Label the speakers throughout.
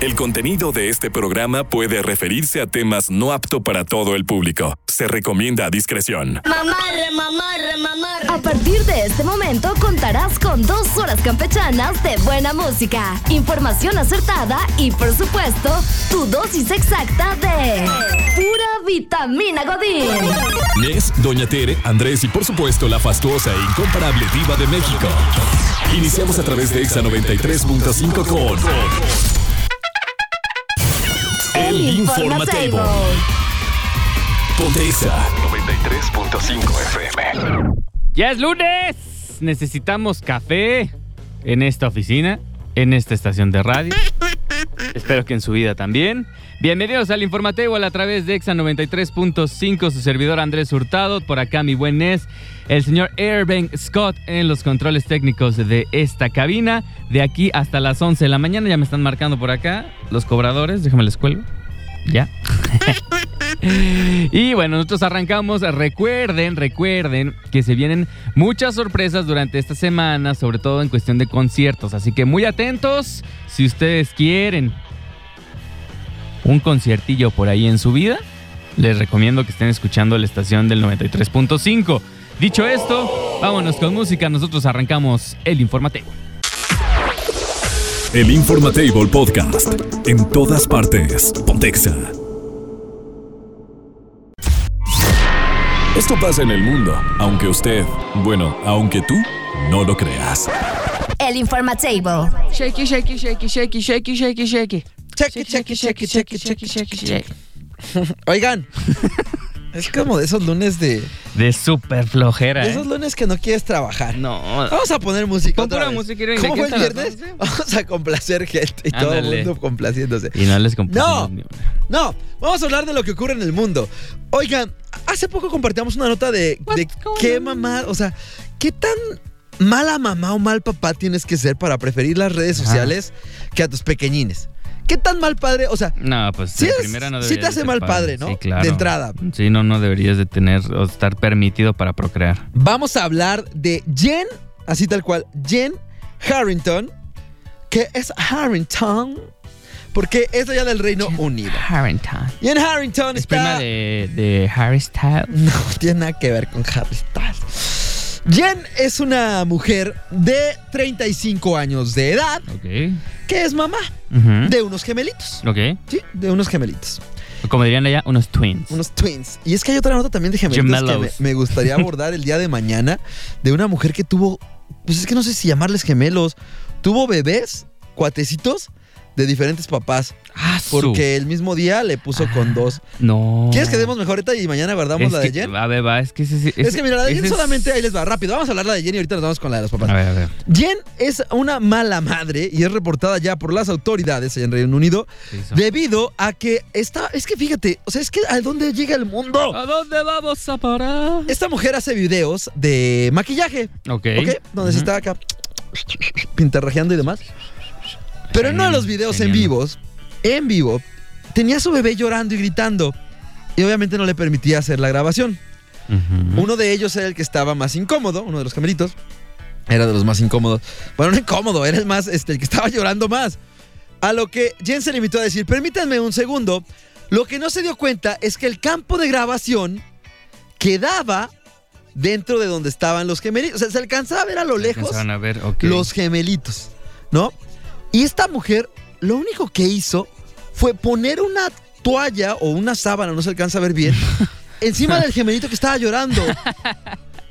Speaker 1: El contenido de este programa puede referirse a temas no apto para todo el público. Se recomienda a discreción.
Speaker 2: Mamarre, mamarre, mamarre.
Speaker 3: A partir de este momento contarás con dos horas campechanas de buena música, información acertada y, por supuesto, tu dosis exacta de pura vitamina Godín.
Speaker 1: Nes, Doña Tere, Andrés y por supuesto la fastuosa e incomparable diva de México. Iniciamos a través de Exa 93.5 con El Informatable. Ponte Exa
Speaker 4: 93.5 FM.
Speaker 5: Ya es lunes. Necesitamos café en esta oficina, en esta estación de radio. Espero que en su vida también. Bienvenidos al Informatable a través de Exa 93.5. Su servidor Andrés Hurtado. Por acá mi buen Nes. El señor Airbank Scott en los controles técnicos de esta cabina. De aquí hasta las 11 de la mañana. Ya me están marcando por acá los cobradores. Déjame les cuelgo. Ya. Y bueno, nosotros arrancamos. Recuerden, recuerden que se vienen muchas sorpresas durante esta semana, sobre todo en cuestión de conciertos. Así que muy atentos si ustedes quieren un conciertillo por ahí en su vida. Les recomiendo que estén escuchando la estación del 93.5. Dicho esto, vámonos con música. Nosotros arrancamos el informativo.
Speaker 1: El Informatable Podcast en todas partes. Pontexa. Esto pasa en el mundo, aunque usted, bueno, aunque tú no lo creas.
Speaker 3: El Informatable.
Speaker 6: Shaky, shaky, shaky, shaky, shaky, shaky, shaky.
Speaker 7: Cheque, cheque, cheque, cheque, cheque, cheque, cheque. Oigan, es como de esos lunes de.
Speaker 5: De super flojera. ¿eh?
Speaker 7: De esos lunes que no quieres trabajar.
Speaker 5: No.
Speaker 7: Vamos a poner música.
Speaker 5: Pon
Speaker 7: otra
Speaker 5: pura
Speaker 7: vez.
Speaker 5: música, Irene,
Speaker 7: ¿Cómo
Speaker 5: aquí
Speaker 7: fue el
Speaker 5: está la-
Speaker 7: viernes? Vamos a complacer gente y todo el
Speaker 5: Ándale.
Speaker 7: mundo complaciéndose.
Speaker 5: Y no les
Speaker 7: No.
Speaker 5: compusimos ni una.
Speaker 7: No, vamos a hablar de lo que ocurre en el mundo. Oigan, hace poco compartíamos una nota de, de qué mamá, o sea, qué tan mala mamá o mal papá tienes que ser para preferir las redes
Speaker 5: Ajá.
Speaker 7: sociales que a tus pequeñines. ¿Qué tan mal padre? O sea,
Speaker 5: No, pues
Speaker 7: Sí
Speaker 5: de
Speaker 7: es-
Speaker 5: primera no
Speaker 7: sí te
Speaker 5: deberías de
Speaker 7: hace
Speaker 5: ser
Speaker 7: mal padre, ¿no?
Speaker 5: Sí, claro.
Speaker 7: De entrada.
Speaker 5: Sí, no, no deberías de tener o estar permitido para procrear.
Speaker 7: vamos a hablar de Jen, así tal cual, Jen Harrington, que es Harrington, porque es allá del Reino Unido.
Speaker 5: Harrington.
Speaker 7: Jen Harrington
Speaker 5: Es
Speaker 7: está...
Speaker 5: prima de, de Harry Styles.
Speaker 7: No tiene nada que ver con Harry Styles. Jen es una mujer de 35 años de edad
Speaker 5: Ok.
Speaker 7: que es mamá
Speaker 5: Ujú.
Speaker 7: de unos gemelitos.
Speaker 5: Ok.
Speaker 7: Sí, de unos gemelitos.
Speaker 5: O Como dirían allá, unos twins.
Speaker 7: Unos twins. Y es que hay otra nota también de gemelitos que me,
Speaker 5: Gemelos.
Speaker 7: me gustaría abordar el día de mañana de una mujer que tuvo, pues es que no sé si llamarles gemelos, tuvo bebés, cuatecitos de diferentes papás.
Speaker 5: Ah, su-
Speaker 7: Porque el mismo día le puso con dos.
Speaker 5: No.
Speaker 7: ¿Quieres que demos mejor ahorita y mañana guardamos
Speaker 5: Es
Speaker 7: la de
Speaker 5: que-
Speaker 7: Jen?
Speaker 5: A ver, va, es que ese, sí-
Speaker 7: Es,
Speaker 5: ese-
Speaker 7: que mira, la de Jen
Speaker 5: ese es-
Speaker 7: solamente ahí les va rápido. Vamos a hablar la de Jen y ahorita nos vamos con la de los papás.
Speaker 5: A ver, a ver.
Speaker 7: Jen es una mala madre y es reportada ya por las autoridades en Reino Unido
Speaker 5: ¿qué hizo?
Speaker 7: debido a que está, es que fíjate, o sea, es que a dónde llega el mundo.
Speaker 5: ¿A dónde vamos a parar?
Speaker 7: Esta mujer hace videos de maquillaje,
Speaker 5: Ok.
Speaker 7: ¿ok? Donde se
Speaker 5: Ujú.
Speaker 7: está acá pintarrajeando y demás. Pero en uno de los
Speaker 5: Genial,
Speaker 7: videos en
Speaker 5: genial.
Speaker 7: vivos, en vivo, tenía a su bebé llorando y gritando y obviamente no le permitía hacer la grabación.
Speaker 5: Ujú.
Speaker 7: Uno de ellos era el que estaba más incómodo, uno de los camelitos. Era de los más incómodos. Bueno, no incómodo, era el más, este, el que estaba llorando más. A lo que Jen se limitó a decir, permítanme un segundo. Lo que no se dio cuenta es que el campo de grabación quedaba dentro de donde estaban los gemelitos. O sea, se alcanzaba a ver a lo lejos
Speaker 5: Alcanzaron a ver, ok.
Speaker 7: los gemelitos, ¿no? Y esta mujer lo único que hizo fue poner una toalla o una sábana, no se alcanza a ver bien, encima del gemelito que estaba llorando.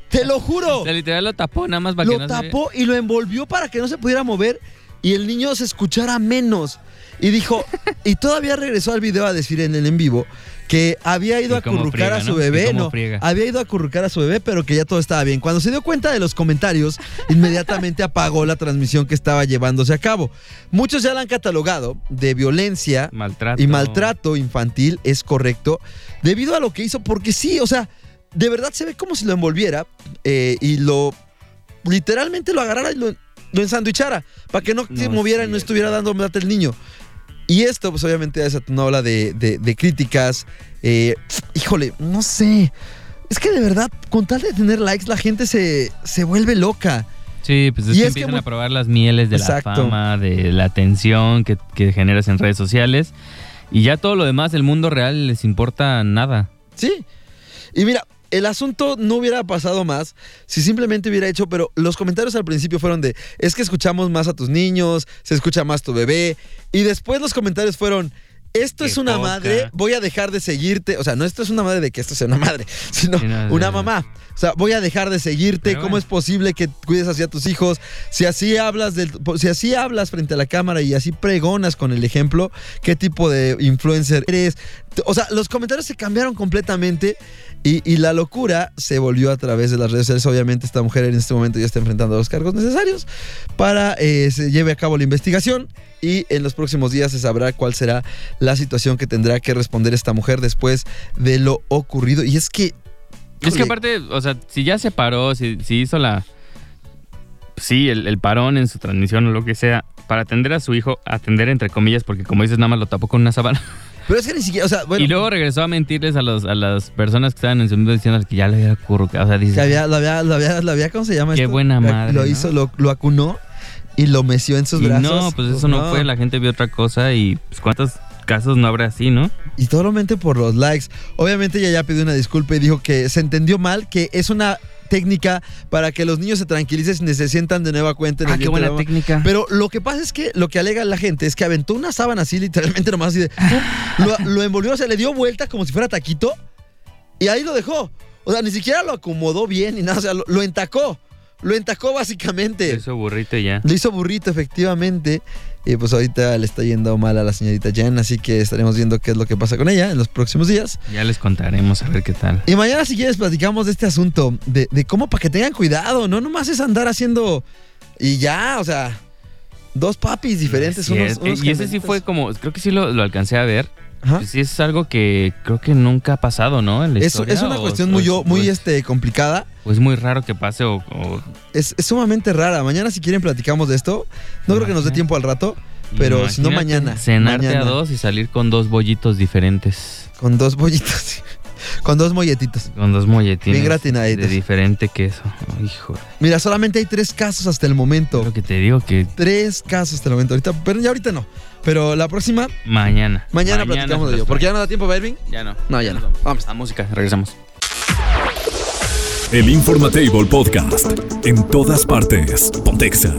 Speaker 7: Te lo juro.
Speaker 5: O sea, literal lo tapó nada más para que
Speaker 7: Lo
Speaker 5: no se vea.
Speaker 7: tapó y lo envolvió para que no se pudiera mover y el niño se escuchara menos. Y dijo, y todavía regresó al video a decir en el en vivo que había ido
Speaker 5: Y
Speaker 7: a
Speaker 5: cómo
Speaker 7: currucar
Speaker 5: friega,
Speaker 7: a su
Speaker 5: ¿no? Y
Speaker 7: bebé,
Speaker 5: cómo
Speaker 7: no,
Speaker 5: friega.
Speaker 7: había ido a currucar a su bebé, pero que ya todo estaba bien. Cuando se dio cuenta de los comentarios, inmediatamente apagó la transmisión que estaba llevándose a cabo. Muchos ya la han catalogado de violencia
Speaker 5: Maltrato.
Speaker 7: y maltrato infantil, es correcto, debido a lo que hizo, porque sí, o sea, de verdad se ve como si lo envolviera eh, y lo literalmente lo agarrara y lo, lo ensandwichara para que no, se
Speaker 5: No,
Speaker 7: moviera y
Speaker 5: sí,
Speaker 7: no estuviera
Speaker 5: está.
Speaker 7: dando date el niño. Y esto, pues obviamente, es una ola de, de- de críticas. eh, híjole, no sé. Es que de verdad, con tal de tener likes, la gente se, se vuelve loca.
Speaker 5: Sí, pues es
Speaker 7: Y
Speaker 5: que
Speaker 7: es que
Speaker 5: empiezan
Speaker 7: mu-
Speaker 5: a probar las mieles de la
Speaker 7: Exacto.
Speaker 5: fama, de la atención que, que generas en redes sociales. Y ya todo lo demás, el mundo real, les importa nada.
Speaker 7: Sí. Y mira, el asunto no hubiera pasado más si simplemente hubiera hecho, pero los comentarios al principio fueron de, es que escuchamos más a tus niños, se escucha más tu bebé. Y después los comentarios fueron, esto
Speaker 5: Qué
Speaker 7: es una
Speaker 5: poca.
Speaker 7: madre, voy a dejar de seguirte. O sea, no esto es una madre de que esto sea una madre, sino
Speaker 5: Sí, no,
Speaker 7: una
Speaker 5: no.
Speaker 7: mamá. Ah, O sea, voy a dejar de seguirte.
Speaker 5: Pero
Speaker 7: ¿Cómo
Speaker 5: bueno.
Speaker 7: es posible que cuides así a tus hijos? Si así hablas del, si así hablas frente a la cámara y así pregonas con el ejemplo, ¿qué tipo de influencer eres? T- O sea, los comentarios se cambiaron completamente y, y la locura se volvió a través de las redes sociales. Obviamente, esta mujer en este momento ya está enfrentando los cargos necesarios para eh, se lleve a cabo la investigación y en los próximos días se sabrá cuál será la situación que tendrá que responder esta mujer después de lo ocurrido. Y es que.
Speaker 5: Es que
Speaker 7: Híjole,
Speaker 5: aparte, o sea, si ya se paró, si, si hizo la. Sí, el, el parón en su transmisión o lo que sea, para atender a su hijo, atender entre comillas, porque como dices, nada más lo tapó con una sábana.
Speaker 7: Pero es que ni siquiera. O sea, bueno.
Speaker 5: y luego regresó a mentirles a, los, a las personas que estaban en su mundo diciendo que ya le había ocurrido. O sea, dices,
Speaker 7: La había, la había, la había, la había, ¿cómo se llama
Speaker 5: Qué
Speaker 7: esto?
Speaker 5: buena
Speaker 7: La-
Speaker 5: madre,
Speaker 7: Lo
Speaker 5: ¿no?
Speaker 7: hizo, lo, lo acunó y lo meció en sus
Speaker 5: y
Speaker 7: brazos.
Speaker 5: no, pues eso no, fue, la gente vio otra cosa y pues, cuántos casos no habrá así, ¿no?
Speaker 7: Y totalmente por los likes. Obviamente ella ya pidió una disculpa y dijo que se entendió mal, que es una técnica para que los niños se tranquilicen y se sientan de nueva cuenta en
Speaker 5: Ah,
Speaker 7: el vientre de la mamá.
Speaker 5: técnica.
Speaker 7: Pero lo que pasa es que lo que alega la gente es que aventó una sábana así, literalmente nomás así de. ¡pum! Lo, lo envolvió, o sea, le dio vueltas como si fuera taquito y ahí lo dejó. O sea, ni siquiera lo acomodó bien ni nada, o sea, lo, lo entacó. Lo entacó básicamente.
Speaker 5: Eso burrito ya.
Speaker 7: Lo hizo burrito, efectivamente. Y pues ahorita le está yendo mal a la señorita Jan, así que estaremos viendo qué es lo que pasa con ella en los próximos días.
Speaker 5: Ya les contaremos a ver qué tal.
Speaker 7: Y mañana, si quieres, platicamos de este asunto, de, de cómo para que tengan cuidado, no nomás es andar haciendo y ya, o sea, dos papis diferentes.
Speaker 5: Sí,
Speaker 7: unos-
Speaker 5: es-
Speaker 7: unos
Speaker 5: y ese sí
Speaker 7: gemelitos.
Speaker 5: fue como, creo que sí lo, lo alcancé a ver.
Speaker 7: Ajá.
Speaker 5: Pues sí es algo que creo que nunca ha pasado, ¿no? En la
Speaker 7: Es,
Speaker 5: historia,
Speaker 7: es una
Speaker 5: o-
Speaker 7: cuestión
Speaker 5: o-
Speaker 7: muy,
Speaker 5: o-
Speaker 7: muy
Speaker 5: o es, pues
Speaker 7: este, complicada.
Speaker 5: o es muy raro que pase o, o-
Speaker 7: Es, es sumamente rara. Mañana, si quieren, platicamos de esto. No creo que nos dé tiempo al rato, pero si no,
Speaker 5: imagínate
Speaker 7: mañana.
Speaker 5: Cenarte
Speaker 7: mañana,
Speaker 5: a dos y salir con dos bollitos diferentes.
Speaker 7: Con dos bollitos, con dos molletitos.
Speaker 5: Con dos molletines.
Speaker 7: Bien
Speaker 5: De
Speaker 7: gratinaditos.
Speaker 5: diferente queso. Oh, hijo.
Speaker 7: Mira, solamente hay tres casos hasta el
Speaker 5: Lo
Speaker 7: momento.
Speaker 5: que te digo que
Speaker 7: Tres casos hasta el momento. Ahorita, pero ya ahorita no. Pero la próxima,
Speaker 5: mañana.
Speaker 7: mañana, platicamos de ello. Porque ya no da tiempo, Bervin.
Speaker 5: Ya no.
Speaker 7: No, ya
Speaker 5: nos
Speaker 7: no.
Speaker 5: vamos.
Speaker 7: Vamos.
Speaker 5: A música, regresamos.
Speaker 1: El Informatable Podcast. En todas partes. Pontexa.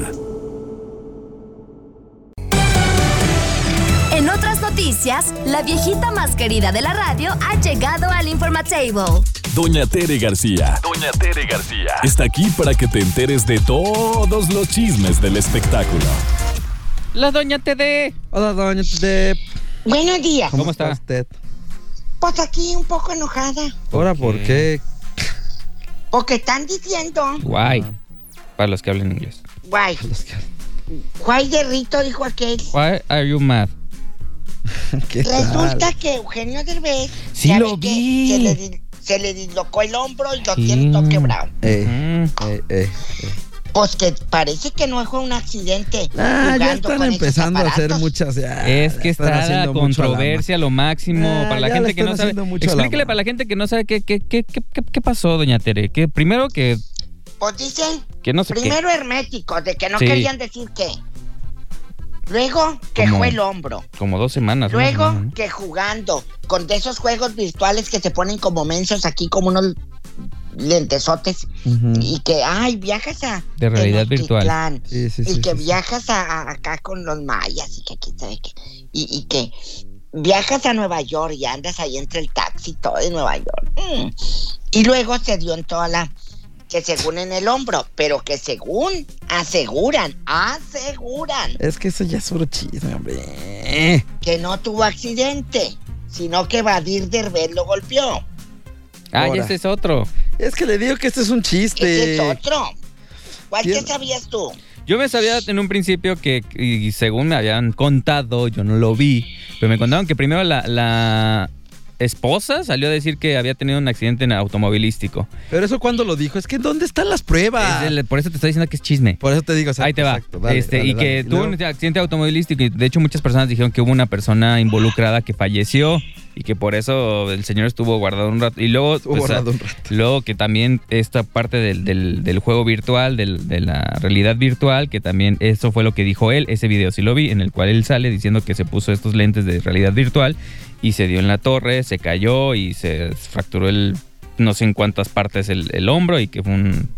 Speaker 3: En otras noticias, la viejita más querida de la radio ha llegado al Informatable.
Speaker 1: Doña Tere García.
Speaker 4: Doña Tere García.
Speaker 1: Está aquí para que te enteres de todos los chismes del espectáculo.
Speaker 5: La doña TD.
Speaker 7: Hola, doña Tete.
Speaker 8: Buenos días.
Speaker 5: ¿Cómo está?
Speaker 7: usted?
Speaker 8: Pues aquí un poco enojada.
Speaker 7: Ahora, ¿por qué?
Speaker 8: Porque están diciendo,
Speaker 5: Guay. Para los que hablan inglés.
Speaker 8: guay, guay guerrito dijo aquel.
Speaker 5: Why are you mad?
Speaker 7: ¿Qué tal?
Speaker 8: Resulta que Eugenio Derbez
Speaker 5: Sí,
Speaker 8: ya
Speaker 5: lo
Speaker 8: ve que
Speaker 5: vi.
Speaker 8: Se, le, di- se le dislocó el hombro y lo
Speaker 5: Sí.
Speaker 8: tiene todo quebrado.
Speaker 7: Ey,
Speaker 5: Mm.
Speaker 7: ey, ey.
Speaker 8: Pues que parece que no fue un accidente.
Speaker 7: Ah, ya
Speaker 8: jugando
Speaker 7: están
Speaker 8: con esos
Speaker 7: empezando a hacer
Speaker 8: aparatos.
Speaker 7: muchas. ya,
Speaker 5: Es
Speaker 7: ya
Speaker 5: que
Speaker 7: están
Speaker 5: está la
Speaker 7: Ah, haciendo mucho a la
Speaker 5: controversia a lo máximo
Speaker 7: Ah,
Speaker 5: para la
Speaker 7: ya le
Speaker 5: gente que
Speaker 7: están
Speaker 5: no sabe.
Speaker 7: haciendo mucho a la
Speaker 5: Explíquele
Speaker 7: ma-
Speaker 5: para la gente que no sabe qué, qué, qué, qué, qué- qué pasó, doña Tere. Que primero que,
Speaker 8: Pues dicen,
Speaker 5: que no sé
Speaker 8: primero herméticos, de que no
Speaker 5: Sí.
Speaker 8: querían decir qué. Luego, quejó
Speaker 5: Como-
Speaker 8: el hombro.
Speaker 5: qué, como dos semanas. una
Speaker 8: Luego
Speaker 5: semana, ¿no?
Speaker 8: que jugando con de esos juegos virtuales que se ponen como mensos aquí, como unos lentesotes,
Speaker 7: Ujú.
Speaker 8: y que, ay, viajas a...
Speaker 5: De realidad virtual.
Speaker 8: Tenochtitlán,
Speaker 7: Sí, sí,
Speaker 8: y
Speaker 7: sí,
Speaker 8: que
Speaker 7: sí, sí.
Speaker 8: viajas a, a- acá con los mayas, y que aquí sabe qué, y, y que viajas a Nueva York y andas ahí entre el taxi y todo de Nueva York. Mm. Y luego se dio en toda la... que según en el hombro, pero que según aseguran, aseguran
Speaker 7: Es que eso ya es puro chisme, hombre.
Speaker 8: que no tuvo accidente, sino que Vadir Derbez lo golpeó.
Speaker 5: Ah, y
Speaker 7: Ahora.
Speaker 5: ese es otro.
Speaker 7: Es que le digo que este es un
Speaker 8: Ese
Speaker 7: chiste.
Speaker 8: es otro. ¿Cuál que
Speaker 7: Bien.
Speaker 8: sabías tú?
Speaker 5: Yo me sabía en un principio que, y según me habían contado, yo no lo vi, pero me contaron que primero la, la esposa salió a decir que había tenido un accidente en automovilístico.
Speaker 7: Pero eso cuando lo dijo, es que ¿dónde están las pruebas?
Speaker 5: Es el- por eso te estoy diciendo que es chisme.
Speaker 7: Por eso te digo, o sea,
Speaker 5: Ahí te va.
Speaker 7: exacto, dale,
Speaker 5: Este,
Speaker 7: dale,
Speaker 5: y que
Speaker 7: dale.
Speaker 5: tuvo
Speaker 7: luego-
Speaker 5: un accidente automovilístico y de hecho muchas personas dijeron que hubo una persona involucrada que falleció. y que por eso el señor estuvo guardado un rato. Y luego,
Speaker 7: Estuvo
Speaker 5: pues,
Speaker 7: guardado
Speaker 5: ah,
Speaker 7: un rato.
Speaker 5: luego que también esta parte del, del- del juego virtual, del- de la realidad virtual, que también eso fue lo que dijo él, ese video sí lo vi, en el cual él sale diciendo que se puso estos lentes de realidad virtual y se dio en la torre, se cayó y se fracturó el no sé en cuántas partes el, el hombro y que fue un,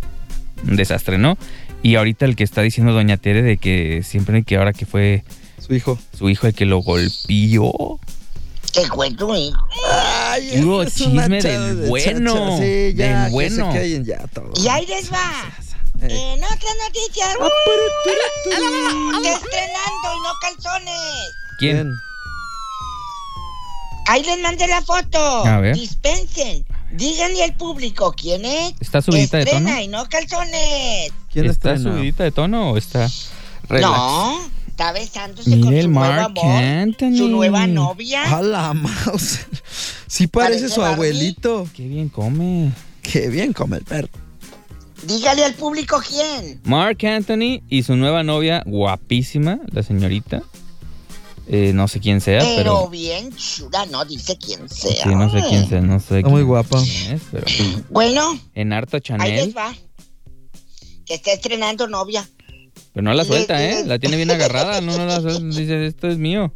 Speaker 5: un desastre, ¿no? Y ahorita el que está diciendo Doña Tere de que siempre que ahora que fue
Speaker 7: Su hijo.
Speaker 5: su hijo el que lo golpeó.
Speaker 8: Te cuento, hijo.
Speaker 7: Ay, este
Speaker 5: Hubo
Speaker 7: es una
Speaker 5: chisme
Speaker 7: chava
Speaker 5: del
Speaker 7: de
Speaker 5: bueno,
Speaker 7: chacha. Sí, ya,
Speaker 5: del
Speaker 7: que se
Speaker 5: bueno.
Speaker 7: callen ya Eh, todos.
Speaker 8: Y ahí les va. En otras noticias,
Speaker 7: Ah.
Speaker 8: ¡uh! está estrenando y no calzones.
Speaker 5: ¿Quién?
Speaker 8: Ahí les mandé la foto.
Speaker 5: A ver.
Speaker 8: Dispensen. Díganle al público quién es.
Speaker 5: ¿Está subidita de
Speaker 8: Estrena
Speaker 5: tono?
Speaker 8: y no calzones.
Speaker 7: ¿Quién
Speaker 5: ¿Está
Speaker 7: estrena?
Speaker 5: subidita de tono o está
Speaker 8: No. Está besándose
Speaker 5: Mira
Speaker 8: con
Speaker 5: el
Speaker 8: su nuevo
Speaker 5: Marc
Speaker 8: amor.
Speaker 5: Anthony.
Speaker 8: Su nueva novia.
Speaker 5: Ah.
Speaker 7: A la mouse. Sí parece,
Speaker 8: Parece
Speaker 7: su
Speaker 8: Barbie.
Speaker 7: abuelito.
Speaker 5: Qué bien come.
Speaker 7: Qué bien come el perro.
Speaker 8: Dígale al público quién.
Speaker 5: Mark Anthony y su nueva novia, guapísima, la señorita. Eh, no sé quién sea,
Speaker 8: Pero,
Speaker 5: pero.
Speaker 8: bien chula, no dice quién sea.
Speaker 5: Sí, no sé quién sea, no sé
Speaker 7: Está muy
Speaker 5: quién
Speaker 7: guapa.
Speaker 5: es, pero.
Speaker 8: Bueno,
Speaker 5: En harto
Speaker 8: ahí
Speaker 5: Chanel.
Speaker 8: les va. Que está estrenando novia.
Speaker 5: Pero no la suelta,
Speaker 8: Le-
Speaker 5: ¿eh? La tiene bien agarrada, no, no la suelta. Dice, esto es mío.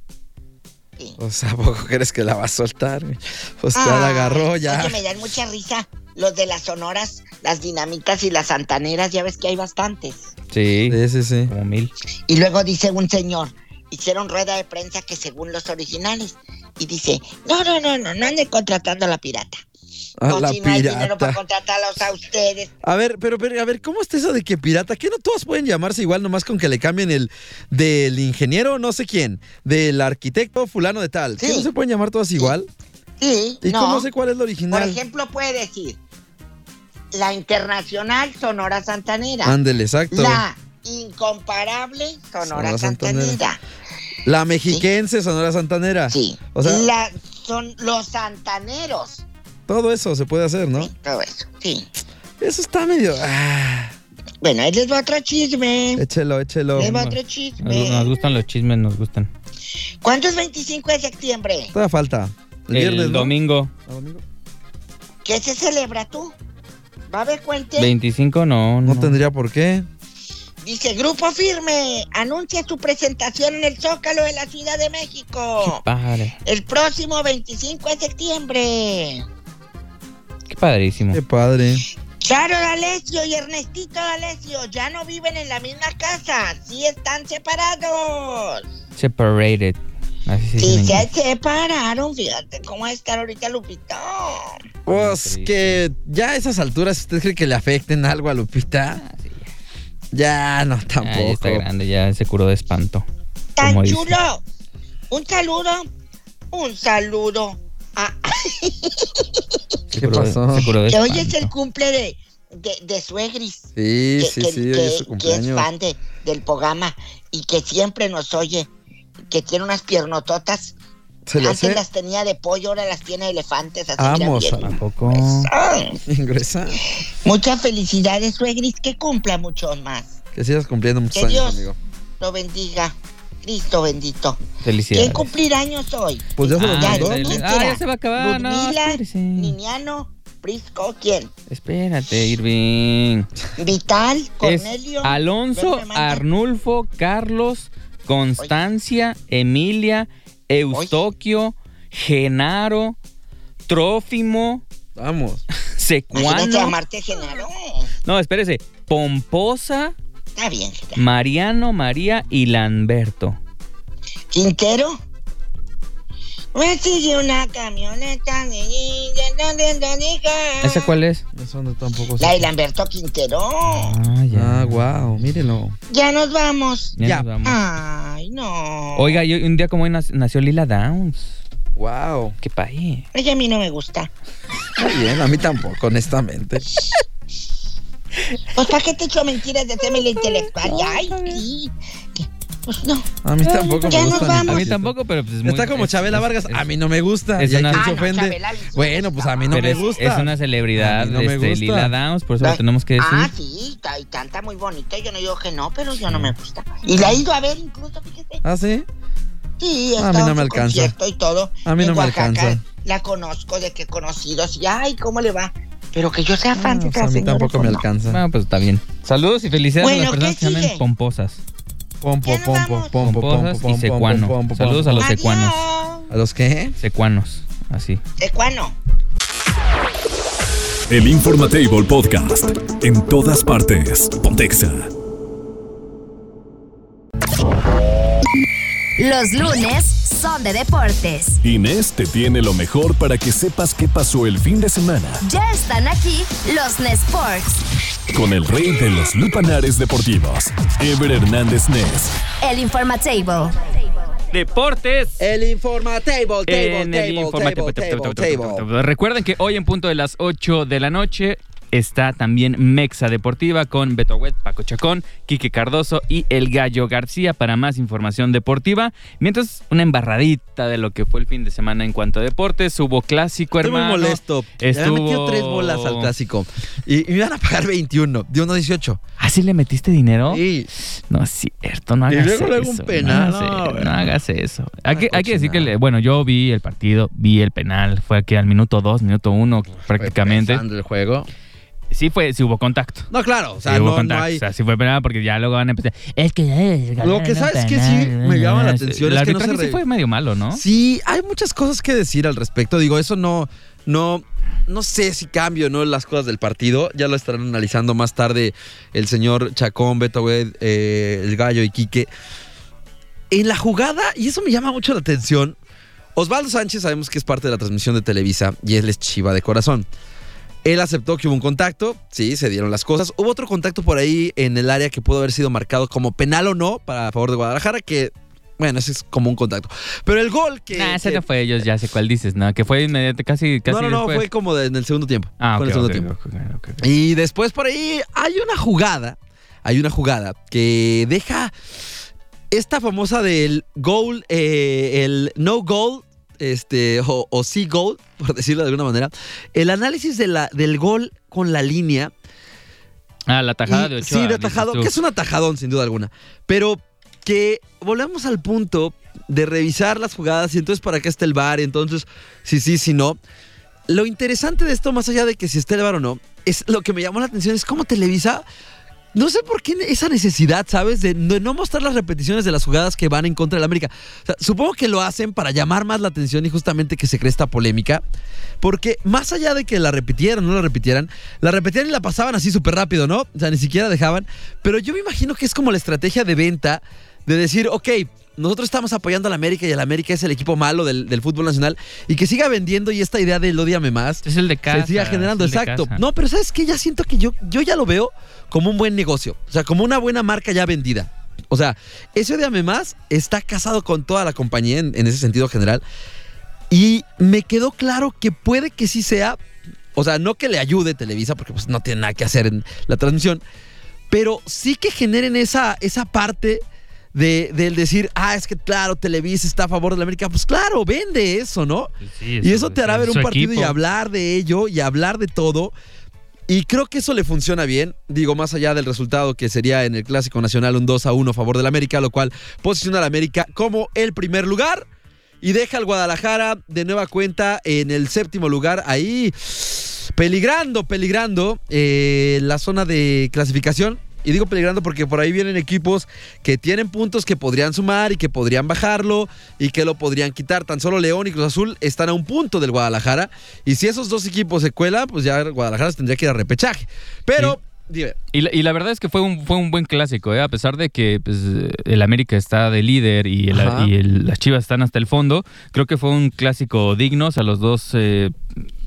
Speaker 7: O sea, ¿a poco crees que la va a soltar? güey? Pues ya la
Speaker 8: Ay,
Speaker 7: agarró,
Speaker 8: es
Speaker 7: ya.
Speaker 8: que me dan mucha risa los de las sonoras, las dinamitas y las santaneras, ya ves que hay bastantes.
Speaker 5: Sí,
Speaker 7: Sí, sí, sí.
Speaker 5: como mil.
Speaker 8: Y luego dice un señor, hicieron rueda de prensa que según los originales, y dice, no, no, no, no, no anden contratando a la pirata.
Speaker 7: A
Speaker 8: No,
Speaker 7: la
Speaker 8: si no hay dinero para
Speaker 7: pirata.
Speaker 8: contratarlos a ustedes.
Speaker 7: A ver, pero, pero, a ver, ¿cómo está eso de que pirata? ¿Qué no todos pueden llamarse igual nomás con que le cambien el del ingeniero no sé quién, del arquitecto fulano de tal? ¿Qué
Speaker 8: Sí.
Speaker 7: no se pueden llamar todas igual?
Speaker 8: Sí,
Speaker 7: ¿Y
Speaker 8: no.
Speaker 7: cómo sé cuál es la
Speaker 8: Por
Speaker 7: original?
Speaker 8: ejemplo, puede decir, la internacional Sonora Santanera,
Speaker 7: Ándele, exacto.
Speaker 8: la incomparable Sonora,
Speaker 7: Sonora Santanera.
Speaker 8: Santanera.
Speaker 7: La mexiquense Sonora Santanera.
Speaker 8: Sí.
Speaker 7: O sea-
Speaker 8: La- son los santaneros.
Speaker 7: Todo eso se puede hacer, ¿no?
Speaker 8: Sí, Todo eso. Sí.
Speaker 7: Eso está medio. Ah,
Speaker 8: Bueno, ahí les va otro chisme.
Speaker 7: échelo, échelo.
Speaker 8: Les va
Speaker 5: no.
Speaker 8: otro
Speaker 5: Nos, nos
Speaker 8: chisme.
Speaker 5: gustan los chismes, nos gustan.
Speaker 8: ¿Cuándo es 25 de septiembre?
Speaker 7: Todavía falta.
Speaker 5: El,
Speaker 7: viernes, ¿no?
Speaker 5: domingo
Speaker 7: Ah, domingo.
Speaker 8: ¿Qué se celebra tú? ¿Va a haber cuente?
Speaker 5: 25, no, no.
Speaker 7: No tendría por qué.
Speaker 8: Dice, Grupo Firme anuncia su presentación en el Zócalo de la Ciudad de
Speaker 5: Qué
Speaker 8: México.
Speaker 5: padre.
Speaker 8: El próximo 25 de septiembre.
Speaker 5: Qué padrísimo.
Speaker 7: Qué padre.
Speaker 8: Charo D'Alessio y Ernestito D'Alessio ya no viven en la misma casa. Sí están separados.
Speaker 5: Separated. Así se dice en
Speaker 8: Sí, se
Speaker 5: inglés.
Speaker 8: separaron, fíjate cómo va a estar ahorita Lupita.
Speaker 7: Pues
Speaker 5: triste.
Speaker 7: que ya a esas alturas, ¿usted cree que le afecten algo a Lupita? Ya, no,
Speaker 5: Ah, ya está
Speaker 7: tampoco.
Speaker 5: grande, ya se curó de espanto.
Speaker 8: Tan
Speaker 5: Como dice.
Speaker 8: chulo. Un saludo, un saludo. Ah,
Speaker 5: Se
Speaker 7: ¿Qué
Speaker 5: curó de-
Speaker 7: pasó?
Speaker 5: se curó de
Speaker 8: que hoy es el
Speaker 5: espanto.
Speaker 8: cumple de, de, de Suegris.
Speaker 7: Sí,
Speaker 8: que,
Speaker 7: sí,
Speaker 8: que-
Speaker 7: sí, hoy es su
Speaker 8: que- que es
Speaker 7: cumpleaños.
Speaker 8: fan de- del programa y que siempre nos oye. Que tiene unas piernototas.
Speaker 7: Se le
Speaker 8: Antes
Speaker 7: hace
Speaker 8: las tenía de pollo, ahora las tiene de elefantes. Así mira,
Speaker 7: Vamos,
Speaker 8: bien.
Speaker 5: Tampoco.
Speaker 8: Ah,
Speaker 7: ingresa.
Speaker 8: Muchas felicidades, Suegris. Que cumpla muchos más.
Speaker 7: Que sigas cumpliendo muchos
Speaker 8: Que
Speaker 7: años,
Speaker 8: Dios
Speaker 7: amigo.
Speaker 8: lo bendiga. Cristo bendito.
Speaker 5: Felicidades.
Speaker 8: ¿Quién cumplir años hoy?
Speaker 7: Pues ya se los
Speaker 5: Ah,
Speaker 8: Ya,
Speaker 7: mandó.
Speaker 5: está bien.
Speaker 8: ¿no? ¿Quién
Speaker 5: Ah,
Speaker 8: será?
Speaker 5: ya se va a acabar. no,
Speaker 8: Ludmila,
Speaker 5: espérese.
Speaker 8: Niniano, Prisco, ¿quién?
Speaker 5: Espérate, Irving.
Speaker 8: Vital,
Speaker 5: Es
Speaker 8: Cornelio.
Speaker 5: Alonso,
Speaker 8: Luego me manda-
Speaker 5: Arnulfo, Carlos, Constancia, Emilia, Eustoquio, Genaro, Trófimo,
Speaker 7: Vamos.
Speaker 8: Imagínate a
Speaker 5: Secuano.
Speaker 8: Marte Genaro.
Speaker 5: No, espérese. Pomposa,
Speaker 8: Está bien, Genaro.
Speaker 5: Mariano, María y Lamberto.
Speaker 8: Quintero. Me sigue una camioneta.
Speaker 5: ¿Esa
Speaker 8: ¿Esa
Speaker 5: cuál es?
Speaker 7: Eso no tampoco
Speaker 8: La de
Speaker 7: se...
Speaker 8: Lamberto Quintero.
Speaker 5: Ah,
Speaker 7: Ah, wow, mírenlo.
Speaker 8: Ya nos vamos.
Speaker 5: Ya,
Speaker 7: ya.
Speaker 5: nos vamos.
Speaker 8: Ay, no.
Speaker 5: Oiga, yo- un día como hoy nac- nació Lila Downs.
Speaker 7: Wow.
Speaker 5: Qué país.
Speaker 8: Ella a mí no me gusta.
Speaker 7: Está bien, a mí tampoco, honestamente.
Speaker 8: Pues, ¿para qué te echo mentiras de hacerme la intelectual? Ay, sí. Pues no.
Speaker 7: A mí tampoco
Speaker 8: pues Ya
Speaker 7: me
Speaker 8: nos
Speaker 7: gusta.
Speaker 8: vamos.
Speaker 5: A
Speaker 7: ni tantito.
Speaker 5: mí tampoco, pero pues, es muy-
Speaker 7: Está como
Speaker 5: es-
Speaker 7: Chabela
Speaker 5: es-
Speaker 7: Vargas,
Speaker 5: es-
Speaker 7: a mí no me gusta.
Speaker 5: es
Speaker 7: Y hay
Speaker 5: una-
Speaker 7: quien
Speaker 5: Ah,
Speaker 7: se
Speaker 8: no,
Speaker 7: ofende.
Speaker 8: Chabela les
Speaker 7: bueno, pues a mí no
Speaker 5: pero
Speaker 7: me
Speaker 5: es-
Speaker 7: gusta.
Speaker 5: Es una
Speaker 7: A
Speaker 5: celebridad,
Speaker 7: mí no me
Speaker 5: este,
Speaker 7: gusta.
Speaker 5: Lila Downs, por eso lo
Speaker 8: Ay.
Speaker 5: tenemos que decir.
Speaker 8: Ah, sí, ta- y canta muy bonito. Yo no digo que no, pero yo no me gusta. Y la he ido a ver incluso, fíjese.
Speaker 7: ¿Ah, sí?
Speaker 8: Sí, he
Speaker 7: A mí
Speaker 8: estado
Speaker 7: no
Speaker 8: en
Speaker 7: me
Speaker 8: su
Speaker 7: alcanza.
Speaker 8: concierto y todo.
Speaker 7: A mí
Speaker 8: En
Speaker 7: no me
Speaker 8: Oaxaca
Speaker 7: alcanza.
Speaker 8: La conozco de que conocidos y ay, ¿cómo le va? Pero que yo sea fan
Speaker 7: Ah,
Speaker 8: de
Speaker 7: o sea,
Speaker 8: esta
Speaker 7: a mí
Speaker 8: señora,
Speaker 7: tampoco me
Speaker 8: pues, no.
Speaker 7: alcanza.
Speaker 9: Ah, pues está bien. Saludos y felicidades a
Speaker 8: Bueno,
Speaker 9: las personas
Speaker 8: ¿qué
Speaker 9: que andan
Speaker 8: sigue?
Speaker 9: pomposas.
Speaker 7: Pompo,
Speaker 8: Ya nos
Speaker 7: pompo,
Speaker 8: vamos.
Speaker 7: pompo, pompo,
Speaker 9: Pomposas y
Speaker 7: pompo,
Speaker 9: secuano.
Speaker 7: pompo, pompo.
Speaker 9: Saludos a los secuanos.
Speaker 8: Adiós.
Speaker 7: ¿A los qué?
Speaker 9: Secuanos. Así.
Speaker 8: Secuano.
Speaker 1: El Informatable Podcast. En todas partes. Pontexa.
Speaker 3: Los lunes son de deportes.
Speaker 1: Inés te tiene lo mejor para que sepas qué pasó el fin de semana
Speaker 3: Ya están aquí los Nesports.
Speaker 1: con el rey de los lupanares deportivos, Ever Hernández Ness.
Speaker 3: El Informatable.
Speaker 5: Deportes.
Speaker 7: El Informatable, table,
Speaker 5: en el
Speaker 7: table,
Speaker 5: informativo.
Speaker 7: table, table, table.
Speaker 5: Recuerden que hoy en punto de las 8 de la noche está también Mexa Deportiva con Beto Wet, Paco Chacón, Quique Cardoso y El Gallo García para más información deportiva. Mientras, una embarradita de lo que fue el fin de semana en cuanto a deportes. Hubo clásico,
Speaker 7: Estoy muy
Speaker 5: hermano.
Speaker 7: molesto. Le
Speaker 5: Estuvo-
Speaker 7: han metido tres bolas al clásico. Y y me iban a pagar 21, de 1 a 18.
Speaker 5: ¿Ah, sí le metiste dinero?
Speaker 7: Sí.
Speaker 5: No es cierto, no
Speaker 7: Y
Speaker 5: hagas
Speaker 7: luego
Speaker 5: eso.
Speaker 7: le hago un penal,
Speaker 5: No,
Speaker 7: no,
Speaker 5: hagas-
Speaker 7: güey.
Speaker 5: no hagas eso. Hay que, hay que decir que,
Speaker 7: cochinada.
Speaker 5: le- bueno, yo vi el partido, vi el penal. Fue aquí al minuto 2, minuto 1 prácticamente.
Speaker 7: Empezando el juego.
Speaker 5: Sí fue, sí hubo contacto.
Speaker 7: No, claro, o
Speaker 5: Sí
Speaker 7: sea,
Speaker 5: hubo
Speaker 7: no, no
Speaker 5: contacto.
Speaker 7: hay...
Speaker 5: O sea, sí fue penal porque ya luego van a empezar. Es que. eh,
Speaker 7: Lo que
Speaker 5: ganaron
Speaker 7: sabes
Speaker 5: un
Speaker 7: que sí
Speaker 5: penal,
Speaker 7: me llama la
Speaker 5: eh,
Speaker 7: atención
Speaker 5: El
Speaker 7: es que no
Speaker 5: arbitraje
Speaker 7: se
Speaker 5: sí
Speaker 7: re-
Speaker 5: fue medio malo, ¿no?
Speaker 7: Sí, hay muchas cosas que decir al respecto. Digo, eso no, no, no sé si cambio o no las cosas del partido. Ya lo estarán analizando más tarde el señor Chacón, Beto Wed, eh, el Gallo y Quique. En la jugada, y eso me llama mucho la atención, Osvaldo Sánchez sabemos que es parte de la transmisión de Televisa y él es chiva de corazón. Él aceptó que hubo un contacto, sí, se dieron las cosas. Hubo otro contacto por ahí en el área que pudo haber sido marcado como penal o no para a favor de Guadalajara, que, bueno, ese es como un contacto. Pero el gol que...
Speaker 5: Nah, ese
Speaker 7: que-
Speaker 5: no fue ellos, ya sé cuál dices, ¿no? Que fue inmediato, casi, casi.
Speaker 7: no, no, no,
Speaker 5: después.
Speaker 7: fue como de- en el segundo tiempo.
Speaker 5: Ah,
Speaker 7: fue en
Speaker 5: ok,
Speaker 7: el segundo
Speaker 5: ok,
Speaker 7: tiempo.
Speaker 5: ok, ok, ok.
Speaker 7: Y después por ahí hay una jugada, hay una jugada que deja esta famosa del goal, eh, el no goal, este, o, o sí goal, por decirlo de alguna manera. El análisis de la, del gol con la línea.
Speaker 5: Ah, la tajada
Speaker 7: y-
Speaker 5: de Ochoa.
Speaker 7: sí, de
Speaker 5: dices
Speaker 7: atajado,
Speaker 5: tú.
Speaker 7: que es un atajadón sin duda alguna. Pero que volvemos al punto de revisar las jugadas y entonces para qué está el VAR, y entonces sí, sí, sí, no. Lo interesante de esto, más allá de que si está el VAR o no, es lo que me llamó la atención, es cómo Televisa... No sé por qué esa necesidad, ¿sabes? De no no mostrar las repeticiones de las jugadas que van en contra del América. O sea, supongo que lo hacen para llamar más la atención y justamente que se cree esta polémica. Porque más allá de que la repitieran o no la repitieran, la repetían y la pasaban así súper rápido, ¿no? O sea, ni siquiera dejaban. Pero yo me imagino que es como la estrategia de venta de decir, ok, nosotros estamos apoyando al América y el América es el equipo malo del, del fútbol nacional y que siga vendiendo y esta idea del odiame más
Speaker 5: Es el de casa.
Speaker 7: se siga generando,
Speaker 5: es el de
Speaker 7: exacto.
Speaker 5: casa.
Speaker 7: No, pero ¿sabes qué? Ya siento que yo, yo ya lo veo como un buen negocio. O sea, como una buena marca ya vendida. O sea, ese de más está casado con toda la compañía en, en ese sentido general. Y me quedó claro que puede que sí sea. O sea, no que le ayude Televisa, porque pues no tiene nada que hacer en la transmisión. Pero sí que generen esa, esa parte de, del decir, ah, es que claro, Televisa está a favor de la América. Pues claro, vende eso, ¿no?
Speaker 5: Sí,
Speaker 7: Y eso te hará
Speaker 5: es
Speaker 7: ver
Speaker 5: su
Speaker 7: un partido y
Speaker 5: equipo.
Speaker 7: hablar de ello y hablar de todo. Y creo que eso le funciona bien, digo, más allá del resultado que sería en el Clásico Nacional un 2 a 1 a favor del América, lo cual posiciona al América como el primer lugar y deja al Guadalajara de nueva cuenta en el séptimo lugar, ahí peligrando, peligrando eh, la zona de clasificación. Y digo peligrando porque por ahí vienen equipos que tienen puntos que podrían sumar y que podrían bajarlo y que lo podrían quitar. Tan solo León y Cruz Azul están a un punto del Guadalajara. Y si esos dos equipos se cuelan, pues ya Guadalajara se tendría que ir a repechaje. Pero, dime,
Speaker 5: Y la, y la verdad es que fue un, fue un buen clásico, ¿eh? a pesar de que pues, eh, el América está de líder y, el-
Speaker 7: Ajá.
Speaker 5: y el- las Chivas están hasta el fondo, creo que fue un clásico digno, o sea, los dos eh,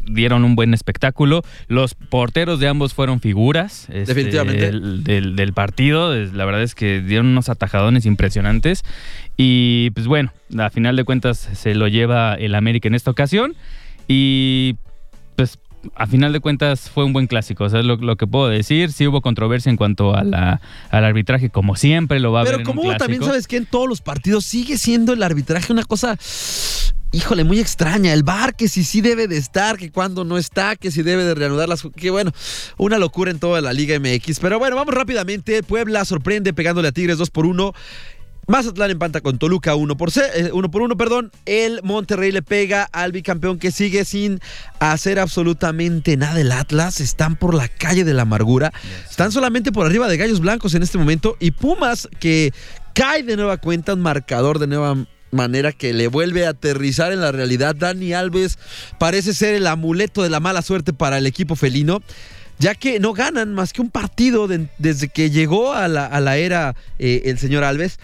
Speaker 5: dieron un buen espectáculo, los porteros de ambos fueron figuras este,
Speaker 7: Definitivamente.
Speaker 5: del, del- del partido, Es- la verdad es que dieron unos atajadones impresionantes y pues bueno, a final de cuentas se lo lleva el América en esta ocasión y pues a final de cuentas fue un buen clásico, o sea, es lo, lo que puedo decir. Sí hubo controversia en cuanto a la, al arbitraje, como siempre lo va a haber
Speaker 7: pero
Speaker 5: en un
Speaker 7: como hubo también
Speaker 5: clásico.
Speaker 7: sabes que en todos los partidos sigue siendo el arbitraje una cosa, híjole, muy extraña. El bar que si sí debe de estar, que cuando no está, que si debe de reanudar las... Que bueno, una locura en toda la Liga MX. Pero bueno, vamos rápidamente. Puebla sorprende pegándole a Tigres 2 por 1. Mazatlán empanta con Toluca 1 por 1, por uno, perdón. El Monterrey le pega al bicampeón que sigue sin hacer absolutamente nada. El Atlas están por la calle de la amargura. Están solamente por arriba de Gallos Blancos en este momento. Y Pumas que cae de nueva cuenta, un marcador de nueva manera que le vuelve a aterrizar en la realidad. Dani Alves parece ser el amuleto de la mala suerte para el equipo felino ya que no ganan más que un partido de- desde que llegó a la, a la era eh, el señor Alves.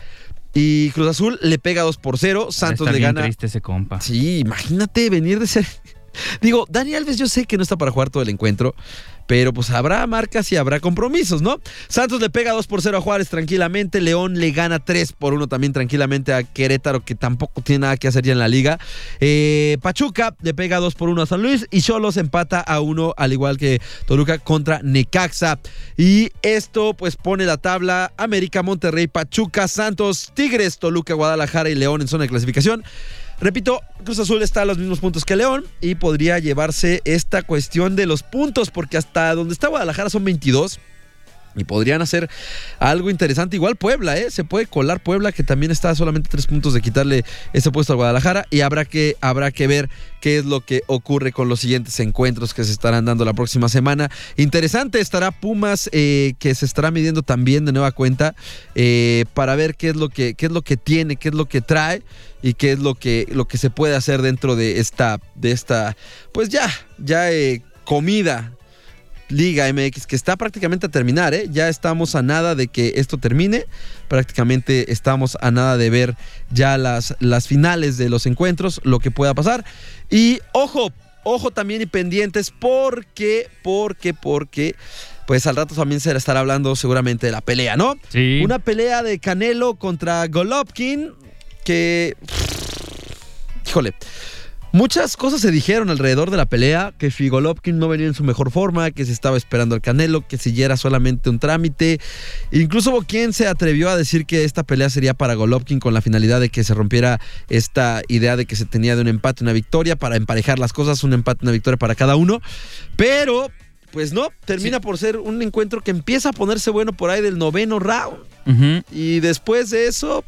Speaker 7: Y Cruz Azul le pega 2 por 0, Santos
Speaker 5: Está
Speaker 7: le
Speaker 5: bien
Speaker 7: gana.
Speaker 5: triste ese compa.
Speaker 7: Sí, imagínate venir de ser... Digo, Dani Alves yo sé que no está para jugar todo el encuentro, pero pues habrá marcas y habrá compromisos, ¿no? Santos le pega 2 por 0 a Juárez tranquilamente, León le gana 3 por 1 también tranquilamente a Querétaro, que tampoco tiene nada que hacer ya en la liga. Eh, Pachuca le pega 2 por 1 a San Luis y Cholos empata a 1, al igual que Toluca contra Necaxa. Y esto pues pone la tabla América, Monterrey, Pachuca, Santos, Tigres, Toluca, Guadalajara y León en zona de clasificación. Repito, Cruz Azul está a los mismos puntos que León y podría llevarse esta cuestión de los puntos porque hasta donde está Guadalajara son 22 y podrían hacer algo interesante. Igual Puebla, ¿eh? Se puede colar Puebla que también está a solamente tres puntos de quitarle ese puesto a Guadalajara y habrá que, habrá que ver qué es lo que ocurre con los siguientes encuentros que se estarán dando la próxima semana. Interesante estará Pumas eh, que se estará midiendo también de nueva cuenta eh, para ver qué es lo que qué es lo que tiene, qué es lo que trae y qué es lo que lo que se puede hacer dentro de esta de esta pues ya ya eh, comida Liga MX que está prácticamente a terminar, ¿eh? ya estamos a nada de que esto termine, prácticamente estamos a nada de ver ya las, las finales de los encuentros, lo que pueda pasar. Y ojo, ojo también y pendientes porque, porque, porque, pues al rato también se estará hablando seguramente de la pelea, ¿no?
Speaker 5: Sí.
Speaker 7: Una pelea de Canelo contra Golovkin que... Híjole. Muchas cosas se dijeron alrededor de la pelea, que si Golovkin no venía en su mejor forma, que se estaba esperando al Canelo, que si ya era solamente un trámite. Incluso Boquien se atrevió a decir que esta pelea sería para Golovkin con la finalidad de que se rompiera esta idea de que se tenía de un empate, una victoria, para emparejar las cosas, un empate, una victoria para cada uno. Pero, pues no, termina por ser un encuentro que empieza a ponerse bueno por ahí del noveno round.
Speaker 9: Ujú.
Speaker 7: Y después de eso,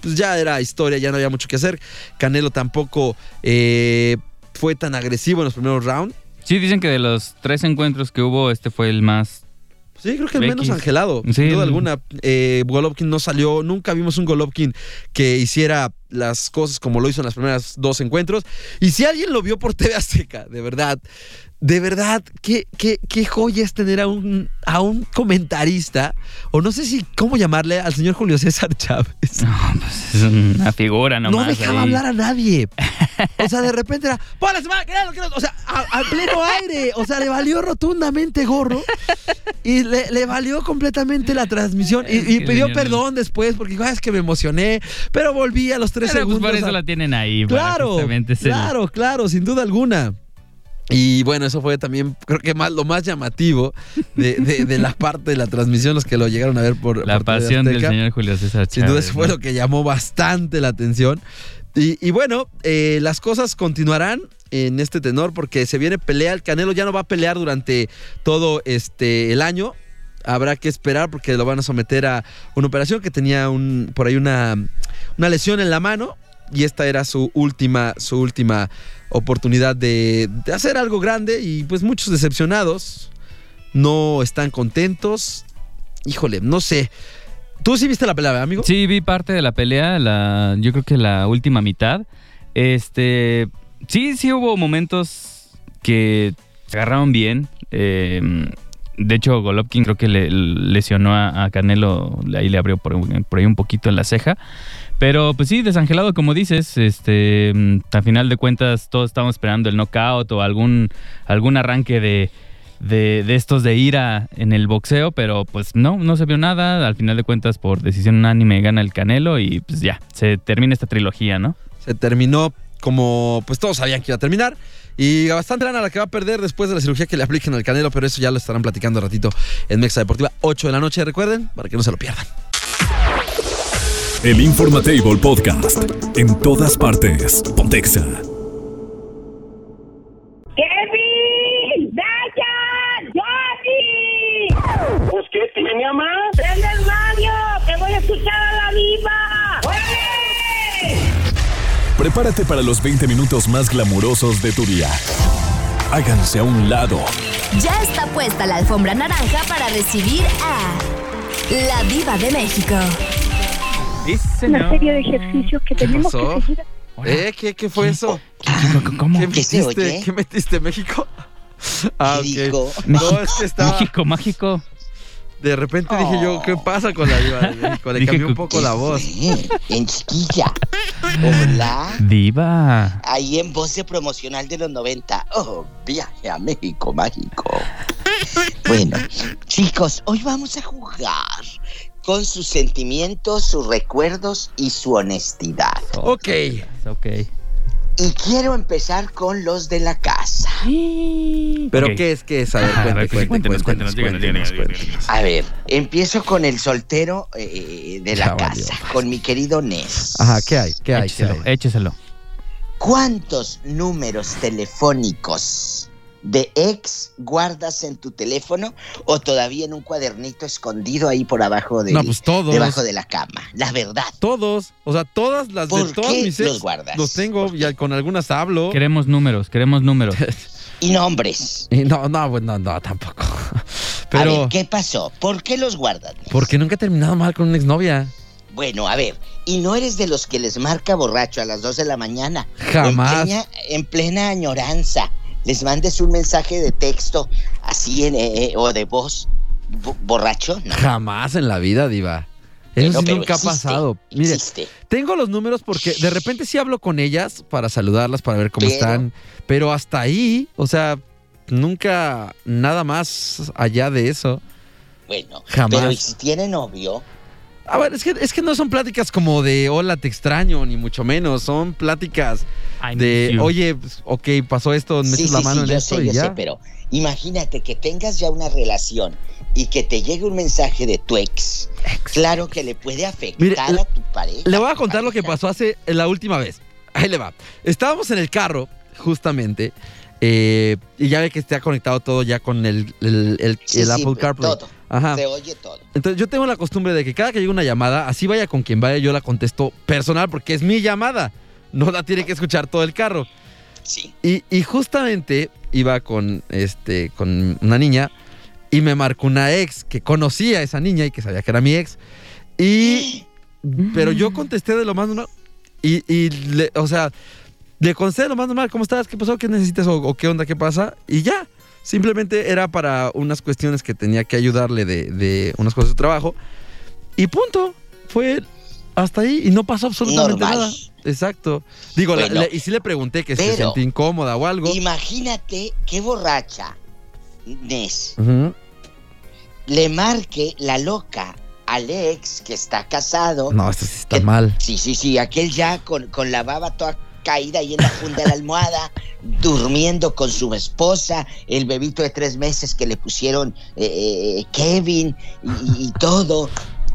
Speaker 7: pues ya era historia, ya no había mucho que hacer. Canelo tampoco eh, fue tan agresivo en los primeros rounds.
Speaker 9: Sí, dicen que de los tres encuentros que hubo, este fue el más...
Speaker 7: Sí, creo que el menos
Speaker 9: Becky.
Speaker 7: angelado, sin
Speaker 9: Sí.
Speaker 7: duda alguna. Eh, Golovkin no salió, nunca vimos un Golovkin que hiciera las cosas como lo hizo en las primeras dos encuentros. Y si alguien lo vio por TV Azteca, de verdad, de verdad, qué, qué, qué joya es tener a un, a un comentarista, o no sé si cómo llamarle, al señor Julio César Chávez.
Speaker 9: pues, es una figura
Speaker 7: no
Speaker 9: nomás.
Speaker 7: dejaba
Speaker 9: ahí.
Speaker 7: hablar a nadie. O sea, de repente era, ¡pon la semana! que no, que no", O sea, a, a pleno aire. O sea, le valió rotundamente gorro. Y le, le valió completamente la transmisión. Y, y
Speaker 9: que
Speaker 7: pidió
Speaker 9: señor.
Speaker 7: perdón después porque dijo, "Ah, es que me emocioné. Pero volví a los tres
Speaker 9: Pero pues
Speaker 7: segundos.
Speaker 9: por eso
Speaker 7: a-
Speaker 9: la tienen ahí. para
Speaker 7: Claro,
Speaker 9: justamente ser-
Speaker 7: claro, claro, sin duda alguna. Y bueno, eso fue también, creo que más, lo más llamativo de, de- de la parte de la transmisión, los que lo llegaron a ver por
Speaker 9: La
Speaker 7: por TV
Speaker 9: pasión del
Speaker 7: Azteca.
Speaker 9: señor Julio César
Speaker 7: Sin duda
Speaker 9: Chávez,
Speaker 7: eso fue
Speaker 9: ¿no?
Speaker 7: lo que llamó bastante la atención. Y, y bueno, eh, las cosas continuarán en este tenor porque se viene pelea. El Canelo ya no va a pelear durante todo este el año. Habrá que esperar porque lo van a someter a una operación que tenía un, por ahí una, una lesión en la mano. Y esta era su última, su última oportunidad de, de hacer algo grande. Y pues muchos decepcionados no están contentos. Híjole, no sé. ¿Tú sí viste la pelea, amigo?
Speaker 9: Sí, vi parte de la pelea, la, yo creo que la última mitad. Este, sí, sí hubo momentos que se agarraron bien. Eh, de hecho, Golovkin creo que le lesionó a, a Canelo, ahí le abrió por, un- por ahí un poquito en la ceja. Pero pues sí, desangelado como dices, este, a final de cuentas todos estamos esperando el knockout o algún, algún arranque de, de, de estos de ira en el boxeo, pero pues no, no se vio nada. Al final de cuentas, por decisión unánime gana el Canelo y pues ya, se termina esta trilogía, ¿no?
Speaker 7: se terminó como pues todos sabían que iba a terminar. Y bastante lana la que va a perder después de la cirugía que le apliquen al Canelo, pero eso ya lo estarán platicando ratito en Mexa Deportiva, 8 de la noche, recuerden, para que no se lo pierdan.
Speaker 1: El Informatable Podcast. En todas partes. Pontexa.
Speaker 2: ¡Kevin! ¡Dayan! ¡Johnny!
Speaker 10: Pues qué tiene, mamá.
Speaker 2: ¡Prende el radio! ¡Que voy a escuchar a la viva!
Speaker 1: Prepárate para los 20 minutos más glamurosos de tu día. Háganse a un lado.
Speaker 3: Ya está puesta la alfombra naranja para recibir a la diva de México.
Speaker 9: Sí,
Speaker 10: Una
Speaker 9: señor.
Speaker 10: serie de ejercicios que tenemos
Speaker 7: pasó?
Speaker 10: que seguir.
Speaker 9: Hola.
Speaker 7: ¿Eh? ¿Qué, qué fue eso?
Speaker 9: ¿Cómo?
Speaker 7: ¿Qué
Speaker 8: ¿Qué se
Speaker 7: metiste?
Speaker 8: oye?
Speaker 7: ¿Qué metiste, México? Ah,
Speaker 8: ¿Qué
Speaker 7: ok.
Speaker 8: dijo?
Speaker 7: No, es que estaba.
Speaker 9: México mágico.
Speaker 7: De repente dije yo, ¿qué pasa con la diva de México? Le
Speaker 9: Dije
Speaker 7: cambié un
Speaker 9: que-
Speaker 7: poco la voz.
Speaker 8: Sí, Este, en chiquilla. Hola.
Speaker 9: Diva.
Speaker 8: Ahí en Voce Promocional de los 90. Oh, viaje a México mágico. Bueno, chicos, hoy vamos a jugar con sus sentimientos, sus recuerdos y su honestidad.
Speaker 7: Ok.
Speaker 9: Ok.
Speaker 8: Y quiero empezar con los de la casa.
Speaker 7: ¿Pero
Speaker 9: Ok.
Speaker 7: qué es qué es? A ver,
Speaker 9: Ajá, a ver,
Speaker 7: cuente, cuente,
Speaker 9: cuéntenos,
Speaker 7: cuéntenos,
Speaker 9: cuéntenos, díganos,
Speaker 7: cuéntenos,
Speaker 9: díganos,
Speaker 7: cuéntenos.
Speaker 8: A ver, empiezo con el soltero eh, de la
Speaker 9: Ya valió.
Speaker 8: casa, con mi querido Nes.
Speaker 7: Ajá, ¿qué hay? ¿Qué hay? ¿Qué
Speaker 9: Écheselo,
Speaker 7: hay?
Speaker 9: écheselo.
Speaker 8: ¿Cuántos números telefónicos de ex guardas en tu teléfono o todavía en un cuadernito escondido ahí por abajo de,
Speaker 7: No, pues todos.
Speaker 8: debajo de la cama? La verdad.
Speaker 7: Todos. O sea, todas las de
Speaker 8: ¿Por
Speaker 7: todos
Speaker 8: qué
Speaker 7: mis
Speaker 8: los
Speaker 7: ex
Speaker 8: guardas?
Speaker 7: Los tengo y al- con algunas hablo.
Speaker 9: Queremos números, queremos números.
Speaker 8: Y nombres.
Speaker 7: Y No, no, pues, no, no, tampoco.
Speaker 8: A
Speaker 7: Pero,
Speaker 8: ver, ¿qué pasó? ¿Por qué los guardas? Nes?
Speaker 7: porque nunca he terminado mal con una exnovia.
Speaker 8: Bueno, a ver, ¿y no eres de los que les marca borracho a las 2 de la mañana?
Speaker 7: Jamás.
Speaker 8: En plena, en plena añoranza, les mandes un mensaje de texto así en, eh, eh, o de voz bo- borracho, ¿no?
Speaker 7: Jamás en la vida, Diva.
Speaker 8: Bueno,
Speaker 7: Eso sí
Speaker 8: pero
Speaker 7: nunca ha
Speaker 8: existe,
Speaker 7: pasado. Mire,
Speaker 8: existe.
Speaker 7: tengo los números porque de repente sí hablo con ellas para saludarlas, para ver cómo
Speaker 8: Pero-
Speaker 7: están. Pero hasta ahí, o sea, nunca nada más allá de eso.
Speaker 8: Bueno,
Speaker 7: Jamás.
Speaker 8: pero ¿y si tiene novio?
Speaker 7: A ver, es que, es que no son pláticas como de hola, te extraño, ni mucho menos. Son pláticas
Speaker 9: I miss
Speaker 7: de
Speaker 9: you.
Speaker 7: oye, pues, ok, pasó esto, me
Speaker 8: sí,
Speaker 7: echas la
Speaker 8: sí,
Speaker 7: mano
Speaker 8: sí,
Speaker 7: en
Speaker 8: yo
Speaker 7: esto
Speaker 8: sé,
Speaker 7: y
Speaker 8: yo
Speaker 7: ya.
Speaker 8: sé, pero imagínate que tengas ya una relación y que te llegue un mensaje de tu ex. Claro que le puede afectar
Speaker 7: Mire,
Speaker 8: a tu pareja.
Speaker 7: Le voy
Speaker 8: a
Speaker 7: a
Speaker 8: tu
Speaker 7: contar lo que
Speaker 8: pareja.
Speaker 7: pasó hace la última vez. Ahí le va. Estábamos en el carro, justamente. eh, y ya ve que está conectado todo ya con el, el, el-
Speaker 8: Sí,
Speaker 7: el
Speaker 8: sí,
Speaker 7: Apple CarPlay.
Speaker 8: Todo,
Speaker 7: Ajá.
Speaker 8: se oye todo.
Speaker 7: Entonces yo tengo la costumbre de que cada que llega una llamada, así vaya con quien vaya, yo la contesto personal porque es mi llamada. No la tiene que escuchar todo el carro.
Speaker 8: Sí.
Speaker 7: Y, y justamente iba con, este, con una niña y me marcó una ex que conocía a esa niña y que sabía que era mi ex. Y, pero yo contesté de lo más normal. Y, y le- o sea, le contesté de lo más normal. ¿Cómo estás? ¿Qué pasó? ¿Qué necesitas? ¿O, o qué onda? ¿Qué pasa? Y ya. Simplemente era para unas cuestiones que tenía que ayudarle de, de unas cosas de su trabajo. Y punto. Fue hasta ahí y no pasó absolutamente
Speaker 8: Normal.
Speaker 7: nada. Exacto. Digo, la-
Speaker 8: Bueno.
Speaker 7: la- y sí le pregunté que se
Speaker 8: Pero-
Speaker 7: sentía incómoda o algo.
Speaker 8: Imagínate qué borracha Nes
Speaker 7: Ujú.
Speaker 8: le marque la loca al ex que está casado.
Speaker 7: No, esto sí está
Speaker 8: ¿Qué?
Speaker 7: mal.
Speaker 8: Sí, sí, sí, aquel ya con, con la baba toda caída ahí en la funda de la almohada, durmiendo con su esposa, el bebito de tres meses que le pusieron eh, eh, Kevin y, y todo.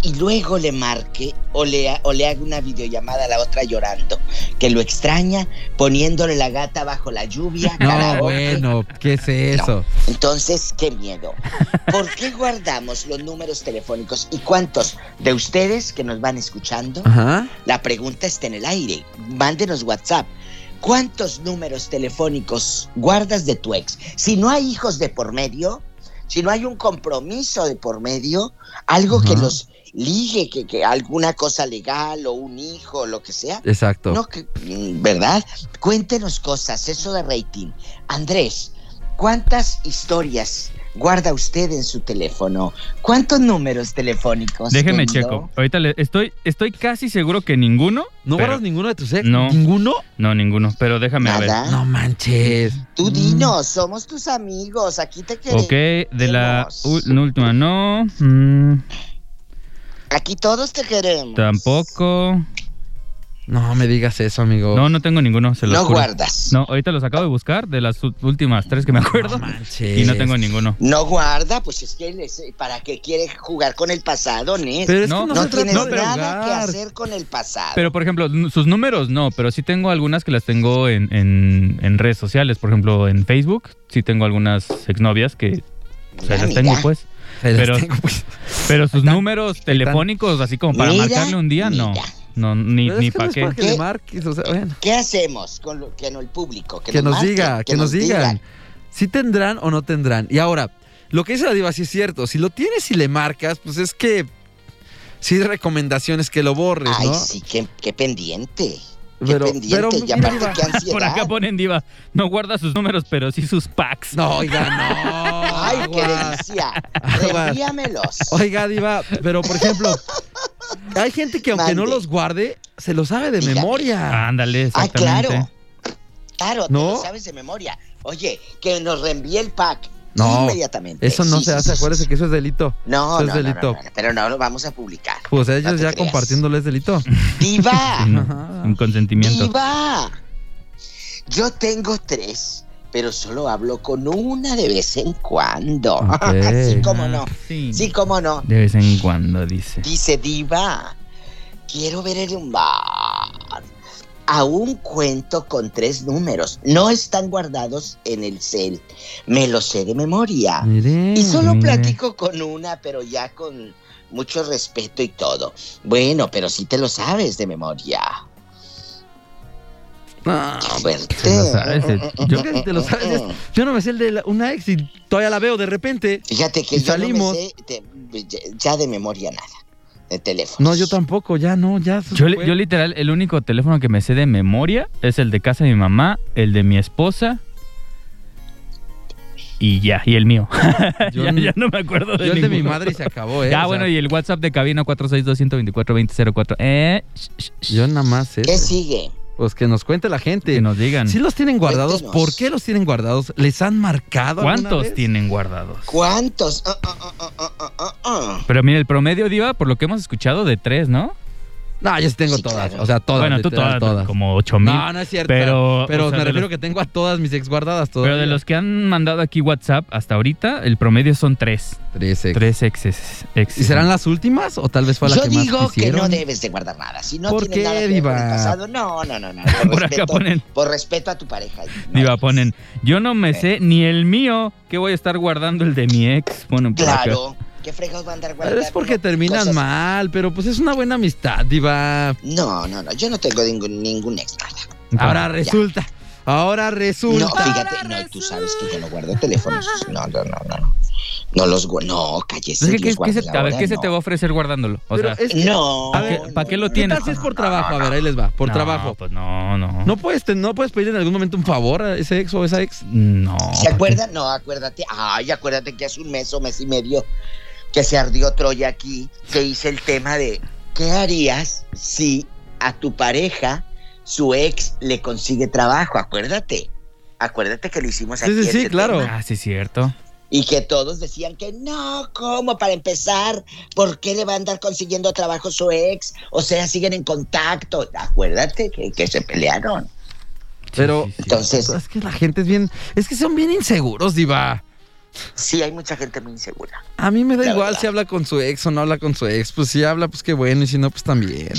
Speaker 8: Y luego le marque o le, o le haga una videollamada a la otra llorando, que lo extraña, poniéndole la gata bajo la lluvia.
Speaker 7: No,
Speaker 8: karaoke.
Speaker 7: bueno, ¿qué es eso?
Speaker 8: Entonces, qué miedo. ¿Por qué guardamos los números telefónicos? ¿Y cuántos de ustedes que nos van escuchando?
Speaker 7: Ajá.
Speaker 8: La pregunta está en el aire. Mándenos WhatsApp. ¿Cuántos números telefónicos guardas de tu ex? Si no hay hijos de por medio, si no hay un compromiso de por medio, algo que
Speaker 7: Ajá.
Speaker 8: los ligue, que, que alguna cosa legal o un hijo, lo que sea.
Speaker 7: Exacto.
Speaker 8: No, que- mm, ¿verdad? Cuéntenos cosas, eso de rating. Andrés, ¿cuántas historias guarda usted en su teléfono? ¿Cuántos números telefónicos?
Speaker 9: Déjeme
Speaker 8: querido?
Speaker 9: checo. Ahorita le, estoy, estoy casi seguro que ninguno.
Speaker 7: ¿No
Speaker 9: pero-
Speaker 7: guardas ninguno de tus ex?
Speaker 9: No.
Speaker 7: ¿Ninguno?
Speaker 9: No, ninguno. Pero déjame a ver.
Speaker 8: Nada.
Speaker 7: No manches.
Speaker 8: Tú dinos, somos tus amigos, aquí te queremos.
Speaker 9: Ok, de la
Speaker 8: Tenemos.
Speaker 9: ul- última no. Mm,
Speaker 8: Aquí todos te queremos.
Speaker 9: tampoco.
Speaker 7: No me digas eso, amigo.
Speaker 9: No, no tengo ninguno, se los
Speaker 8: No
Speaker 9: juro.
Speaker 8: guardas. No.
Speaker 9: No, ahorita los acabo de buscar de las ú- últimas tres que me acuerdo.
Speaker 7: manches.
Speaker 9: y no tengo ninguno.
Speaker 8: guarda, pues es que les- ¿para qué quieres jugar con el pasado, Nes?
Speaker 7: Pero es
Speaker 9: No,
Speaker 7: que no,
Speaker 8: no
Speaker 7: se
Speaker 8: tienes
Speaker 7: trata de
Speaker 8: nada que
Speaker 7: jugar.
Speaker 8: hacer con el pasado.
Speaker 9: Pero, por ejemplo, n- sus números no, pero sí tengo algunas que las tengo en, en- en redes sociales. Por ejemplo, en Facebook sí tengo algunas exnovias que o sea,
Speaker 8: Mira,
Speaker 9: las tengo,
Speaker 8: mira.
Speaker 9: pues.
Speaker 7: Ahí las
Speaker 9: Pero-
Speaker 7: tengo, pues.
Speaker 9: Pero sus números telefónicos, así como para
Speaker 8: Mira,
Speaker 9: marcarle un día, no.
Speaker 8: mira.
Speaker 9: No, ni,
Speaker 7: Pero es
Speaker 9: ni
Speaker 7: que
Speaker 9: para
Speaker 7: no es
Speaker 9: qué.
Speaker 7: para que le marques, o sea, bueno.
Speaker 8: ¿Qué hacemos con, lo- que no el público?
Speaker 7: Que, nos
Speaker 8: marque,
Speaker 7: diga, que, nos digan. Si tendrán o no tendrán. Y ahora, lo que dice la diva sí es cierto. Si lo tienes y le marcas, pues es que sí hay recomendaciones que lo borres,
Speaker 8: Ay,
Speaker 7: pues, ¿no?
Speaker 8: sí, qué, qué pendiente. Qué
Speaker 7: Pero-
Speaker 8: pendiente.
Speaker 7: pero,
Speaker 8: y
Speaker 7: mira,
Speaker 8: aparte,
Speaker 7: Diva.
Speaker 8: qué ansiedad.
Speaker 5: Por acá ponen diva. No guarda sus números, pero sí sus packs.
Speaker 7: No, oiga, no.
Speaker 8: Ay, qué
Speaker 7: aguas.
Speaker 8: delicia.
Speaker 7: Aguas.
Speaker 8: Envíamelos.
Speaker 7: Oiga, Diva, pero por ejemplo, hay gente que aunque no
Speaker 8: Mande.
Speaker 7: los guarde, se lo sabe de
Speaker 8: Dígame.
Speaker 7: memoria.
Speaker 5: Ándale,
Speaker 8: Ah,
Speaker 5: exactamente.
Speaker 8: claro. Claro, te
Speaker 7: ¿No?
Speaker 8: lo sabes de memoria. Oye, que nos reenvíe el pack.
Speaker 7: No,
Speaker 8: Inmediatamente.
Speaker 7: Eso no
Speaker 8: Sí,
Speaker 7: se
Speaker 8: sí,
Speaker 7: hace,
Speaker 8: sí,
Speaker 7: acuérdese
Speaker 8: sí.
Speaker 7: que eso es delito.
Speaker 8: No,
Speaker 7: eso
Speaker 8: no,
Speaker 7: es
Speaker 8: no, no,
Speaker 7: delito.
Speaker 8: no, no, pero no lo vamos a publicar.
Speaker 7: Pues ellos
Speaker 8: No te
Speaker 7: ya
Speaker 8: creas.
Speaker 7: compartiéndolo es delito.
Speaker 8: ¡Diva!
Speaker 5: Sin,
Speaker 7: Ajá.
Speaker 5: sin consentimiento.
Speaker 8: ¡Diva! Yo tengo tres, pero solo hablo con una de vez en cuando.
Speaker 7: Ok.
Speaker 8: sí, cómo no.
Speaker 5: Ah, Sí.
Speaker 8: Sí, cómo no.
Speaker 5: De vez en cuando, dice.
Speaker 8: Dice Diva, quiero ver en un bar a un cuento con tres números. No están guardados en el cel. Me los sé de memoria.
Speaker 7: Mire.
Speaker 8: Ah. Y solo
Speaker 5: mira.
Speaker 8: platico con una, pero ya con mucho respeto y todo. Bueno, pero sí te lo sabes de memoria.
Speaker 7: No,
Speaker 8: Qué fuerte.
Speaker 5: Te lo sabes, eh.
Speaker 7: yo creo que te lo sabes. es- Yo no me sé el de la- una ex y todavía la veo de repente.
Speaker 8: Fíjate que
Speaker 7: Y
Speaker 8: yo
Speaker 7: salimos.
Speaker 8: no me sé de- ya- ya de memoria nada. De teléfono.
Speaker 7: No, yo tampoco, ya no, ya. eso
Speaker 5: Yo, li-
Speaker 7: fue.
Speaker 5: yo literal, el único teléfono que me sé de memoria es el de casa de mi mamá, el de mi esposa y ya, y el mío.
Speaker 7: Yo
Speaker 5: ya,
Speaker 7: n-
Speaker 5: ya no me acuerdo de
Speaker 7: yo el de mi
Speaker 5: ninguno.
Speaker 7: madre y se acabó, ¿eh?
Speaker 5: Ah,
Speaker 7: o
Speaker 5: bueno,
Speaker 7: sea,
Speaker 5: y el WhatsApp de cabina 462-124-2004. Eh, sh- sh- sh-
Speaker 7: Yo nada más, ¿eh?
Speaker 8: ¿Qué sigue?
Speaker 7: Pues que nos cuente la gente.
Speaker 5: que nos digan
Speaker 7: Si los tienen guardados,
Speaker 8: Cuéntenos.
Speaker 7: ¿por qué los tienen guardados? ¿Les han marcado alguna
Speaker 5: cuántos
Speaker 7: vez?
Speaker 5: tienen guardados.
Speaker 8: ¿Cuántos? Ah, ah, ah, ah, ah, ah, ah.
Speaker 5: Pero mira, el promedio, Diva, por lo que hemos escuchado, de tres, ¿no?
Speaker 7: No, yo sí tengo
Speaker 8: Sí,
Speaker 7: todas.
Speaker 8: claro.
Speaker 7: O sea, todas.
Speaker 5: bueno, tú
Speaker 7: literal,
Speaker 5: todas, como ocho mil.
Speaker 7: No, no es cierto.
Speaker 5: Pero,
Speaker 7: pero
Speaker 5: o sea,
Speaker 7: me
Speaker 5: de
Speaker 7: refiero
Speaker 5: los-
Speaker 7: que tengo a todas mis ex guardadas.
Speaker 5: Pero de los que han mandado aquí WhatsApp hasta ahorita, el promedio son tres.
Speaker 7: 13.
Speaker 5: Tres exes. exes.
Speaker 7: ¿Y serán las últimas o tal vez fue la
Speaker 8: Yo
Speaker 7: que más
Speaker 8: digo que
Speaker 7: quisieron?
Speaker 8: no debes de guardar nada. Si no
Speaker 7: ¿Por
Speaker 8: tienes
Speaker 7: qué,
Speaker 8: nada que ver con el
Speaker 7: diva?
Speaker 8: pasado, no, no, no, no. Por,
Speaker 5: Por acá
Speaker 8: respeto,
Speaker 5: ponen.
Speaker 8: por respeto a tu pareja. no
Speaker 5: Diva,
Speaker 8: digas.
Speaker 5: ponen, yo no me sé ni el mío, que voy a estar guardando el de mi ex. Bueno, por acá.
Speaker 8: Claro. ¿Qué fregados van a andar
Speaker 7: Pero
Speaker 8: guardando?
Speaker 7: es porque terminan
Speaker 8: cosas?
Speaker 7: mal, pero pues es una buena amistad, diva.
Speaker 8: No, no, no. Yo no tengo ningún, ningún ex nada.
Speaker 7: Ahora
Speaker 5: Pues
Speaker 7: resulta. Ahora resulta.
Speaker 8: No, fíjate, no, tú sabes que yo no guardo teléfonos. No, no, no, no. No, no los guardo. No, cállese.
Speaker 5: Es que,
Speaker 8: los
Speaker 5: ¿qué- qué
Speaker 8: guardo
Speaker 5: se,
Speaker 8: ahora,
Speaker 5: a ver, ¿qué se
Speaker 8: no.
Speaker 5: te va a ofrecer guardándolo? O
Speaker 7: Pero
Speaker 5: sea,
Speaker 7: es que-
Speaker 8: No.
Speaker 5: ¿Para qué-
Speaker 8: Eh, no,
Speaker 5: para qué lo
Speaker 8: no,
Speaker 7: ¿Qué
Speaker 5: tienes?
Speaker 7: tal si es por trabajo? A ver, ahí les va. Por
Speaker 5: no,
Speaker 7: trabajo.
Speaker 5: Pues no, no.
Speaker 7: ¿No puedes, ten- ¿No puedes pedir en algún momento un favor a ese ex o esa ex?
Speaker 5: No.
Speaker 8: ¿Se acuerdan? No, acuérdate. Ay, acuérdate que hace un mes o mes y medio que se ardió Troya aquí, que hice el tema de ¿qué harías si a tu pareja su ex le consigue trabajo? Acuérdate. Acuérdate que lo hicimos
Speaker 7: Sí,
Speaker 8: aquí.
Speaker 7: sí, sí, claro.
Speaker 8: tema.
Speaker 5: Ah, sí, cierto.
Speaker 8: Y que todos decían que no, ¿cómo? Para empezar, ¿por qué le va a andar consiguiendo trabajo su ex? O sea, siguen en contacto. Acuérdate que, que se pelearon.
Speaker 7: Pero
Speaker 5: sí, sí.
Speaker 8: Entonces,
Speaker 7: es que la gente es bien. Es que son bien inseguros, Diva.
Speaker 8: sí hay mucha gente muy insegura.
Speaker 7: A mí me da
Speaker 8: La
Speaker 7: igual
Speaker 8: verdad.
Speaker 7: si habla con su ex o no habla con su ex. Pues si habla, pues qué bueno. Y si no, pues también.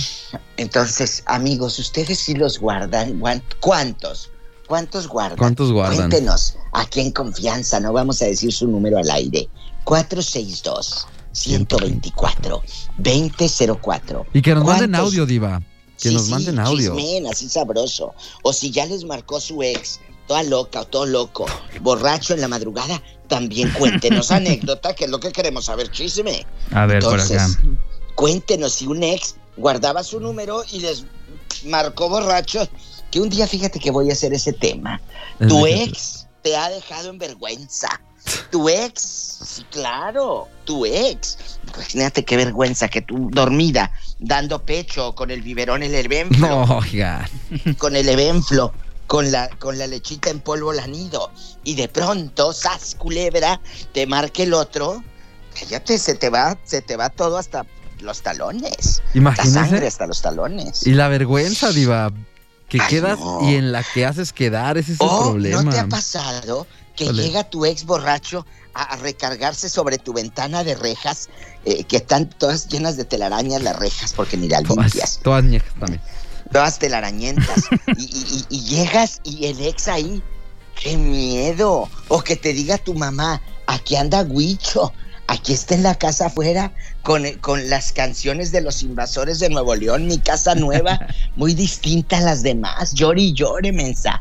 Speaker 8: Entonces, amigos, ustedes sí los guardan. guan- ¿Cuántos? ¿Cuántos guardan?
Speaker 7: ¿Cuántos guardan?
Speaker 8: Cuéntenos, aquí en confianza, no vamos a decir su número al aire. 462-124-2004.
Speaker 7: Y que nos manden
Speaker 8: ¿Cuántos?
Speaker 7: audio, Diva. Que
Speaker 8: Sí,
Speaker 7: nos
Speaker 8: sí,
Speaker 7: manden audio.
Speaker 8: chismen, así sabroso. O si ya les marcó su ex, toda loca o todo loco, borracho en la madrugada, también cuéntenos anécdota, que es lo que queremos saber, chisme.
Speaker 5: A ver, por acá.
Speaker 8: Entonces, cuéntenos si un ex guardaba su número y les marcó borrachos. Que un día fíjate que voy a hacer ese tema.
Speaker 7: Es
Speaker 8: Tu
Speaker 7: de-
Speaker 8: ex te ha dejado en vergüenza. Tu ex, sí, claro, tu ex. Imagínate qué vergüenza que tú dormida, dando pecho con el biberón en el venflo,
Speaker 7: No, oiga.
Speaker 8: con el evenflo, con la, con la lechita en polvo la nido. Y de pronto, sas culebra, te marca el otro. Cállate, se te va, se te va todo hasta los talones. La sangre
Speaker 7: Imagínese.
Speaker 8: hasta los talones.
Speaker 7: Y la vergüenza, Diva. Que
Speaker 8: Ay,
Speaker 7: quedas
Speaker 8: no.
Speaker 7: y en la que haces quedar. Ese es el
Speaker 8: ¿O
Speaker 7: problema.
Speaker 8: Oh, no te ha pasado que
Speaker 7: Híjole.
Speaker 8: llega tu ex borracho a, a recargarse sobre tu ventana de rejas, eh, que están todas llenas de telarañas las rejas, porque ni las
Speaker 7: todas,
Speaker 8: limpias,
Speaker 7: Pues, todas ñejas también.
Speaker 8: todas telarañentas, y, y- y- y llegas y el ex ahí, qué miedo, o que te diga tu mamá, aquí anda Huicho, aquí está en la casa afuera, con, con las canciones de los invasores de Nuevo León, mi casa nueva, muy distinta a las demás. Llore y llore, mensa.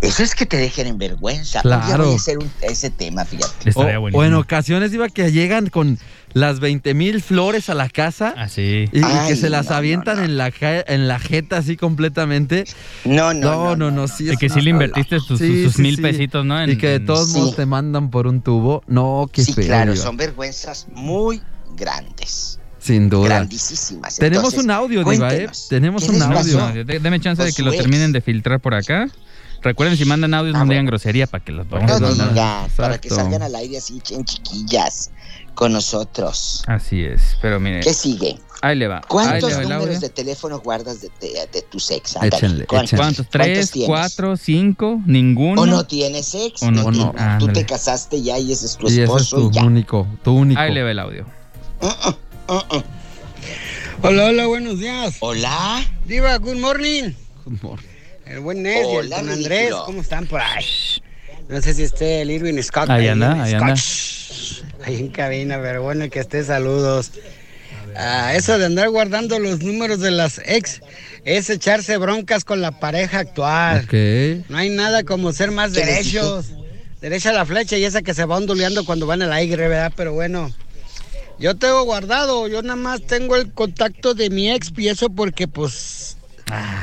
Speaker 8: Eso es que te dejen en vergüenza. Un día
Speaker 7: Claro.
Speaker 8: voy a hacer un- ese tema, fíjate.
Speaker 9: Estaría
Speaker 7: O-
Speaker 9: buenísimo.
Speaker 7: o en ocasiones, Diva, que llegan con las 20 mil flores a la casa
Speaker 5: Ah,
Speaker 9: Así.
Speaker 7: y, y
Speaker 8: Ay,
Speaker 7: que se las
Speaker 8: no, no,
Speaker 7: avientan
Speaker 8: no.
Speaker 7: En, la ja- en la jeta así completamente.
Speaker 8: No, no,
Speaker 7: No, no, no, sí.
Speaker 9: De
Speaker 7: es-
Speaker 9: que sí le invertiste sus,
Speaker 7: Sí,
Speaker 9: sus
Speaker 7: sí,
Speaker 9: mil
Speaker 7: sí.
Speaker 9: pesitos, ¿no? En-
Speaker 7: Y que de
Speaker 9: en-
Speaker 7: todos
Speaker 8: Sí.
Speaker 7: modos te mandan por un tubo. No, qué
Speaker 8: sí,
Speaker 7: feo,
Speaker 8: claro,
Speaker 7: Diva.
Speaker 8: son vergüenzas muy grandes,
Speaker 7: Sin duda.
Speaker 8: grandísimas.
Speaker 7: Tenemos
Speaker 8: Entonces,
Speaker 7: un audio, Diva, ¿eh?
Speaker 8: cuéntenos,
Speaker 7: Tenemos
Speaker 8: ¿qué
Speaker 7: un
Speaker 8: les
Speaker 7: audio.
Speaker 8: pasó?
Speaker 9: No, de- deme chance
Speaker 8: Pues,
Speaker 9: de que lo
Speaker 8: güey.
Speaker 9: terminen de filtrar por acá. Recuerden, si mandan audios,
Speaker 8: Ah,
Speaker 9: no digan
Speaker 8: bueno.
Speaker 9: grosería para que los
Speaker 8: No
Speaker 9: vamos
Speaker 7: no,
Speaker 9: a
Speaker 7: no.
Speaker 8: digan,
Speaker 9: mandar.
Speaker 8: para que
Speaker 7: Exacto.
Speaker 8: salgan al aire así en chiquillas con nosotros.
Speaker 7: Eh,
Speaker 9: Así es, pero mire,
Speaker 8: ¿Qué sigue?
Speaker 9: ahí le va. Ahí
Speaker 8: ¿Cuántos
Speaker 9: le va el audio.
Speaker 8: números de teléfono guardas de, de- de tu sex?
Speaker 7: Échenle, échenle.
Speaker 9: ¿Cuántos? ¿Tres,
Speaker 8: tienes?
Speaker 9: cuatro, cinco? ¿Ninguno?
Speaker 8: ¿O no tienes ex?
Speaker 9: O no
Speaker 8: Y-
Speaker 9: tiene-
Speaker 8: y Tú
Speaker 9: ándale.
Speaker 8: te casaste ya y ese es tu
Speaker 7: Y ese es
Speaker 8: esposo
Speaker 7: tu
Speaker 8: y ya.
Speaker 7: único, tu único.
Speaker 9: Ahí le va el audio.
Speaker 8: Uh-uh.
Speaker 10: Hola, hola, buenos días.
Speaker 8: Hola.
Speaker 10: Diva, good morning.
Speaker 7: Good morning.
Speaker 10: El buen Ned y el
Speaker 8: Hola,
Speaker 10: don
Speaker 8: ridículo.
Speaker 10: Andrés, ¿cómo están por ahí? No sé si esté el Irwin Scott.
Speaker 9: Ahí anda,
Speaker 10: en
Speaker 9: ahí anda.
Speaker 10: Scotch, Ahí en cabina, pero bueno, que esté, saludos. Ah, eso de andar guardando los números de las ex es echarse broncas con la pareja actual.
Speaker 7: Ok.
Speaker 10: No hay nada como ser más
Speaker 8: ¿Qué les dije?
Speaker 10: derechos. Derecha a la flecha y esa que se va onduleando cuando van al aire, ¿verdad? Pero bueno, yo tengo guardado, yo nada más tengo el contacto de mi ex y eso porque pues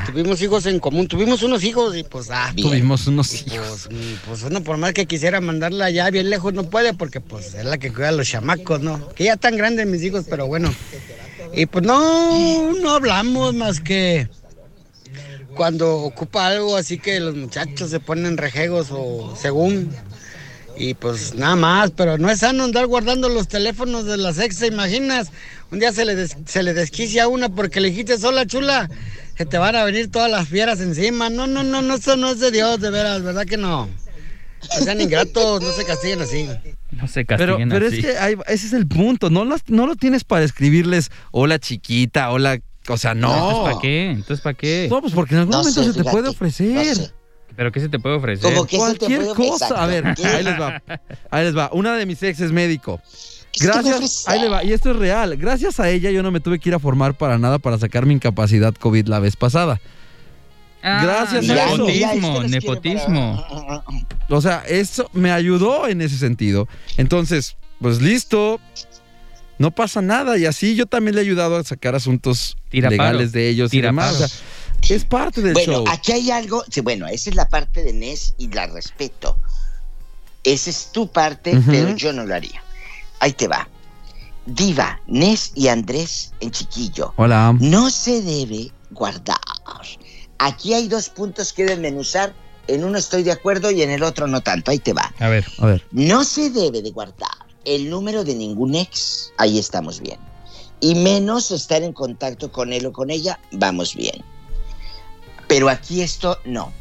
Speaker 10: tuvimos hijos en común, tuvimos unos hijos y pues ah,
Speaker 8: Bien.
Speaker 7: Tuvimos unos
Speaker 10: y,
Speaker 7: hijos.
Speaker 10: pues, mm, pues uno por más que quisiera mandarla ya bien lejos no puede porque pues es la que cuida a los chamacos, ¿no? Que ya están grandes mis hijos, pero bueno. Y pues no, no hablamos más que cuando ocupa algo así que los muchachos se ponen rejegos o según. Y pues nada más, pero no es sano andar guardando los teléfonos de las ex, ¿te imaginas? Un día se le, des- se le desquicia a una porque le dijiste sola chula, se te van a venir todas las fieras encima. No, no, no, no, eso no es de Dios, de veras, ¿verdad que no? No sean ingratos, no se castiguen así.
Speaker 9: No se
Speaker 7: Pero,
Speaker 9: castiguen
Speaker 7: pero
Speaker 9: así.
Speaker 7: es que ahí- ese es el punto. No, las- no lo tienes para escribirles hola chiquita, hola. O sea,
Speaker 9: Entonces,
Speaker 7: no.
Speaker 9: ¿para qué? Entonces, ¿para qué?
Speaker 7: No, pues porque en algún
Speaker 8: No
Speaker 7: momento
Speaker 8: sé,
Speaker 7: se te puede
Speaker 8: fíjate,
Speaker 7: ofrecer.
Speaker 8: no sé.
Speaker 9: ¿Pero qué se te puede ofrecer?
Speaker 8: Como que se te
Speaker 7: Cualquier
Speaker 8: puede ofrecer.
Speaker 7: cosa. A ver,
Speaker 8: ¿Qué?
Speaker 7: ahí les va. Ahí les va. Una de mis ex es médico.
Speaker 8: ¿Qué se te puede
Speaker 7: Gracias.
Speaker 8: ofrecer?
Speaker 7: Ahí le va. Y esto es real. Gracias a ella yo no me tuve que ir a formar para nada para sacar mi incapacidad COVID la vez pasada. Gracias a eso.
Speaker 9: Nepotismo,
Speaker 8: este los quiere uh,
Speaker 9: nepotismo.
Speaker 8: para-
Speaker 7: O sea, eso me ayudó en ese sentido. Entonces, pues listo. No pasa nada. Y así yo también le he ayudado a sacar asuntos
Speaker 9: Tira
Speaker 7: legales
Speaker 9: paro.
Speaker 7: de ellos
Speaker 9: Tira
Speaker 7: y demás.
Speaker 9: paro.
Speaker 7: O sea, es parte del
Speaker 8: Bueno,
Speaker 7: show.
Speaker 8: aquí hay algo. sí, bueno, esa es la parte de Nes y la respeto. Esa es tu parte,
Speaker 7: Ujú.
Speaker 8: pero yo no lo haría. Ahí te va. Diva, Nes y Andrés en chiquillo.
Speaker 7: Hola.
Speaker 8: No se debe guardar. Aquí hay dos puntos que desmenuzar. En uno estoy de acuerdo y en el otro no tanto. Ahí te va.
Speaker 9: A ver,
Speaker 7: A ver.
Speaker 8: No se debe de guardar el número de ningún ex. Ahí estamos bien. Y menos estar en contacto con él o con ella. Vamos bien. Pero aquí esto no.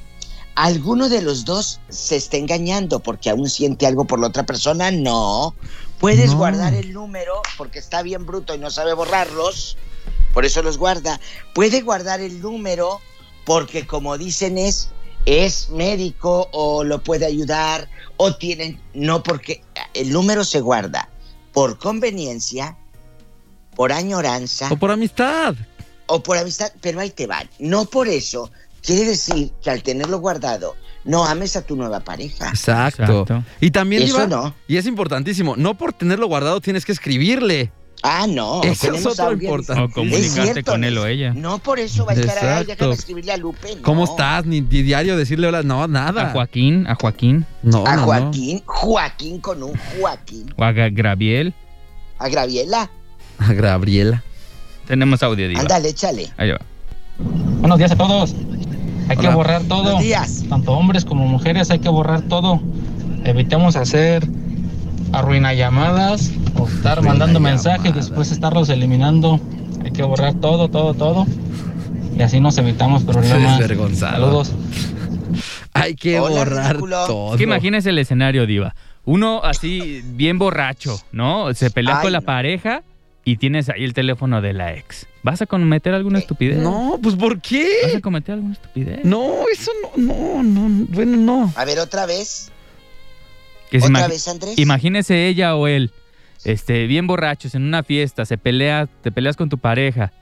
Speaker 8: ¿Alguno de los dos se está engañando porque aún siente algo por la otra persona? No. Puedes
Speaker 7: No.
Speaker 8: guardar el número porque está bien bruto y no sabe borrarlos. Por eso los guarda. Puede guardar el número porque como dicen es es médico o lo puede ayudar o tienen no porque el número se guarda por conveniencia, por añoranza
Speaker 7: O por amistad.
Speaker 8: o por amistad, pero ahí te van. No por eso quiere decir que al tenerlo guardado no ames a tu nueva pareja.
Speaker 7: Exacto.
Speaker 9: Exacto.
Speaker 7: Y también,
Speaker 8: Eso
Speaker 7: Diva,
Speaker 8: no.
Speaker 7: y es importantísimo, no por tenerlo guardado tienes que escribirle.
Speaker 8: Ah, no.
Speaker 7: Eso es
Speaker 8: tenemos
Speaker 7: otro
Speaker 8: audio.
Speaker 7: importante.
Speaker 9: o
Speaker 7: Es
Speaker 9: comunicarte
Speaker 8: cierto,
Speaker 9: con él
Speaker 8: Nes.
Speaker 9: o ella.
Speaker 8: No por eso va a estar ahí,
Speaker 7: Exacto.
Speaker 8: déjame escribirle a Lupe. no.
Speaker 7: ¿Cómo estás? Ni di- diario decirle hola, no, nada.
Speaker 9: A Joaquín, a Joaquín,
Speaker 7: no,
Speaker 8: A
Speaker 7: no, no.
Speaker 8: Joaquín, Joaquín con un Joaquín.
Speaker 9: o a Ga- Graviel.
Speaker 8: A Graviela,
Speaker 7: A Gabriela.
Speaker 9: Tenemos audio, Diva.
Speaker 8: ándale, échale.
Speaker 9: Ahí va.
Speaker 11: Buenos días a todos. Hay que
Speaker 7: Hola.
Speaker 11: borrar todo,
Speaker 8: Buenos días.
Speaker 11: tanto hombres como mujeres, hay que borrar todo. Evitemos hacer arruina llamadas o estar
Speaker 7: Arruina
Speaker 11: mandando
Speaker 7: llamadas.
Speaker 11: mensajes y después estarlos eliminando. Hay que borrar todo, todo, todo. Y así nos evitamos problemas.
Speaker 7: desvergonzado.
Speaker 11: Saludos.
Speaker 7: Hay que
Speaker 8: Hola,
Speaker 7: borrar
Speaker 8: ridículo.
Speaker 7: todo.
Speaker 9: Es que imagínese el escenario, Diva. Uno así, bien borracho, ¿no? Se pelea
Speaker 8: Ay,
Speaker 9: con la
Speaker 8: no.
Speaker 9: pareja y tienes ahí el teléfono de la ex. ¿Vas a cometer alguna
Speaker 8: Eh,
Speaker 9: estupidez?
Speaker 7: No, pues ¿por
Speaker 9: ¿Vas
Speaker 7: qué?
Speaker 9: a cometer alguna estupidez?
Speaker 7: No, eso no, no, no, bueno, no.
Speaker 8: A ver, otra vez.
Speaker 9: Que se
Speaker 8: otra
Speaker 9: imagi-
Speaker 8: vez, Andrés.
Speaker 9: Imagínese ella o él
Speaker 5: este, bien borrachos en una fiesta, se pelea, te peleas con tu pareja,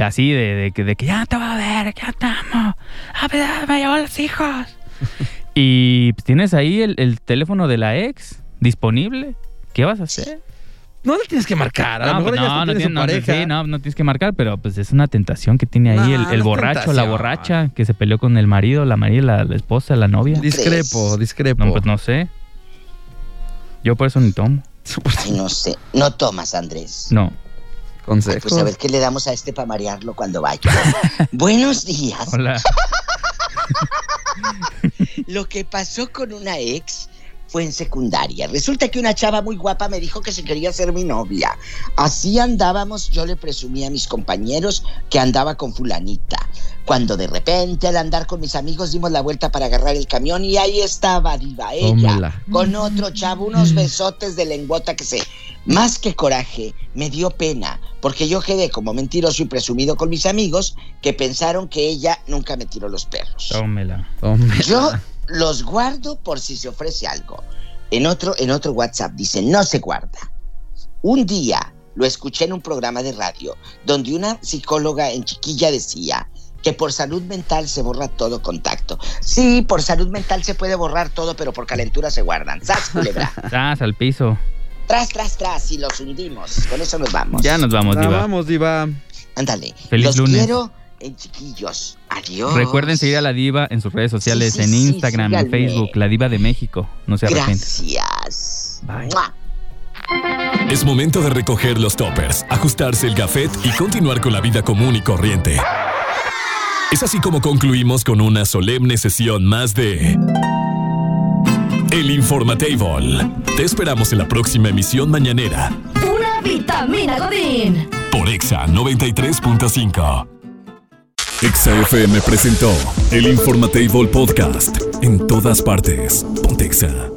Speaker 5: así de, de que- de que ya te va a ver, ya te amo, ah, pues, ah, me llevó a los hijos. y pues, tienes ahí el, el teléfono de la ex disponible, ¿qué vas a hacer?
Speaker 7: No le tienes que marcar. A lo
Speaker 5: no,
Speaker 7: mejor
Speaker 5: pues,
Speaker 7: ella
Speaker 5: no,
Speaker 7: hasta tiene
Speaker 5: no,
Speaker 7: su
Speaker 5: tiene- no,
Speaker 7: pareja.
Speaker 5: sí, no, no tienes que marcar, pero pues es una tentación que tiene ahí
Speaker 7: No,
Speaker 5: el, el
Speaker 7: no es
Speaker 5: borracho, la
Speaker 7: tentación.
Speaker 5: borracha que se peleó con el marido, la marido, la, la esposa, la novia.
Speaker 7: Discrepo, discrepo.
Speaker 5: No, pues no sé. Yo por eso ni tomo.
Speaker 8: Ay, no sé. No tomas, Andrés.
Speaker 5: No.
Speaker 8: Ay, pues a ver qué le damos a este para marearlo cuando vaya. Buenos días.
Speaker 5: Hola.
Speaker 8: Lo que pasó con una ex fue en secundaria. Resulta que una chava muy guapa me dijo que se quería ser mi novia. Así andábamos, yo le presumí a mis compañeros que andaba con fulanita. Cuando de repente al andar con mis amigos dimos la vuelta para agarrar el camión y ahí estaba diva ella
Speaker 7: Tómala.
Speaker 8: con otro chavo, unos besotes de lengüota que se más que coraje, me dio pena, porque yo quedé como mentiroso y presumido con mis amigos que pensaron que ella nunca me tiró los perros.
Speaker 5: Tómela.
Speaker 8: Yo los guardo por si se ofrece algo. En otro, en otro WhatsApp dice, no se guarda. Un día lo escuché en un programa de radio donde una psicóloga en chiquilla decía que por salud mental se borra todo contacto. Sí, por salud mental se puede borrar todo, pero por calentura se guardan. ¡Sas, culebra!
Speaker 5: Tras al piso.
Speaker 8: Tras, tras, tras, y los hundimos. Con eso nos vamos.
Speaker 5: Ya nos vamos,
Speaker 7: Ya
Speaker 5: Diva.
Speaker 7: vamos, Diva.
Speaker 8: Ándale.
Speaker 5: Feliz
Speaker 8: los
Speaker 5: lunes.
Speaker 8: quiero en chiquillos. Adiós.
Speaker 5: Recuerden seguir a la Diva en sus redes sociales,
Speaker 8: Sí, sí,
Speaker 5: en
Speaker 8: sí,
Speaker 5: Instagram, en
Speaker 8: síganme.
Speaker 5: Facebook, La Diva de México. No se arrepienten.
Speaker 8: Gracias. ¡Mua!
Speaker 1: Es momento de recoger los toppers, ajustarse el gafet y continuar con la vida común y corriente. Es así como concluimos con una solemne sesión más de El Informatable. Te esperamos en la próxima emisión mañanera
Speaker 3: Pura vitamina Godín.
Speaker 1: por Exa 93.5. Exa FM presentó El Informatable Podcast. En todas partes. Pontexa.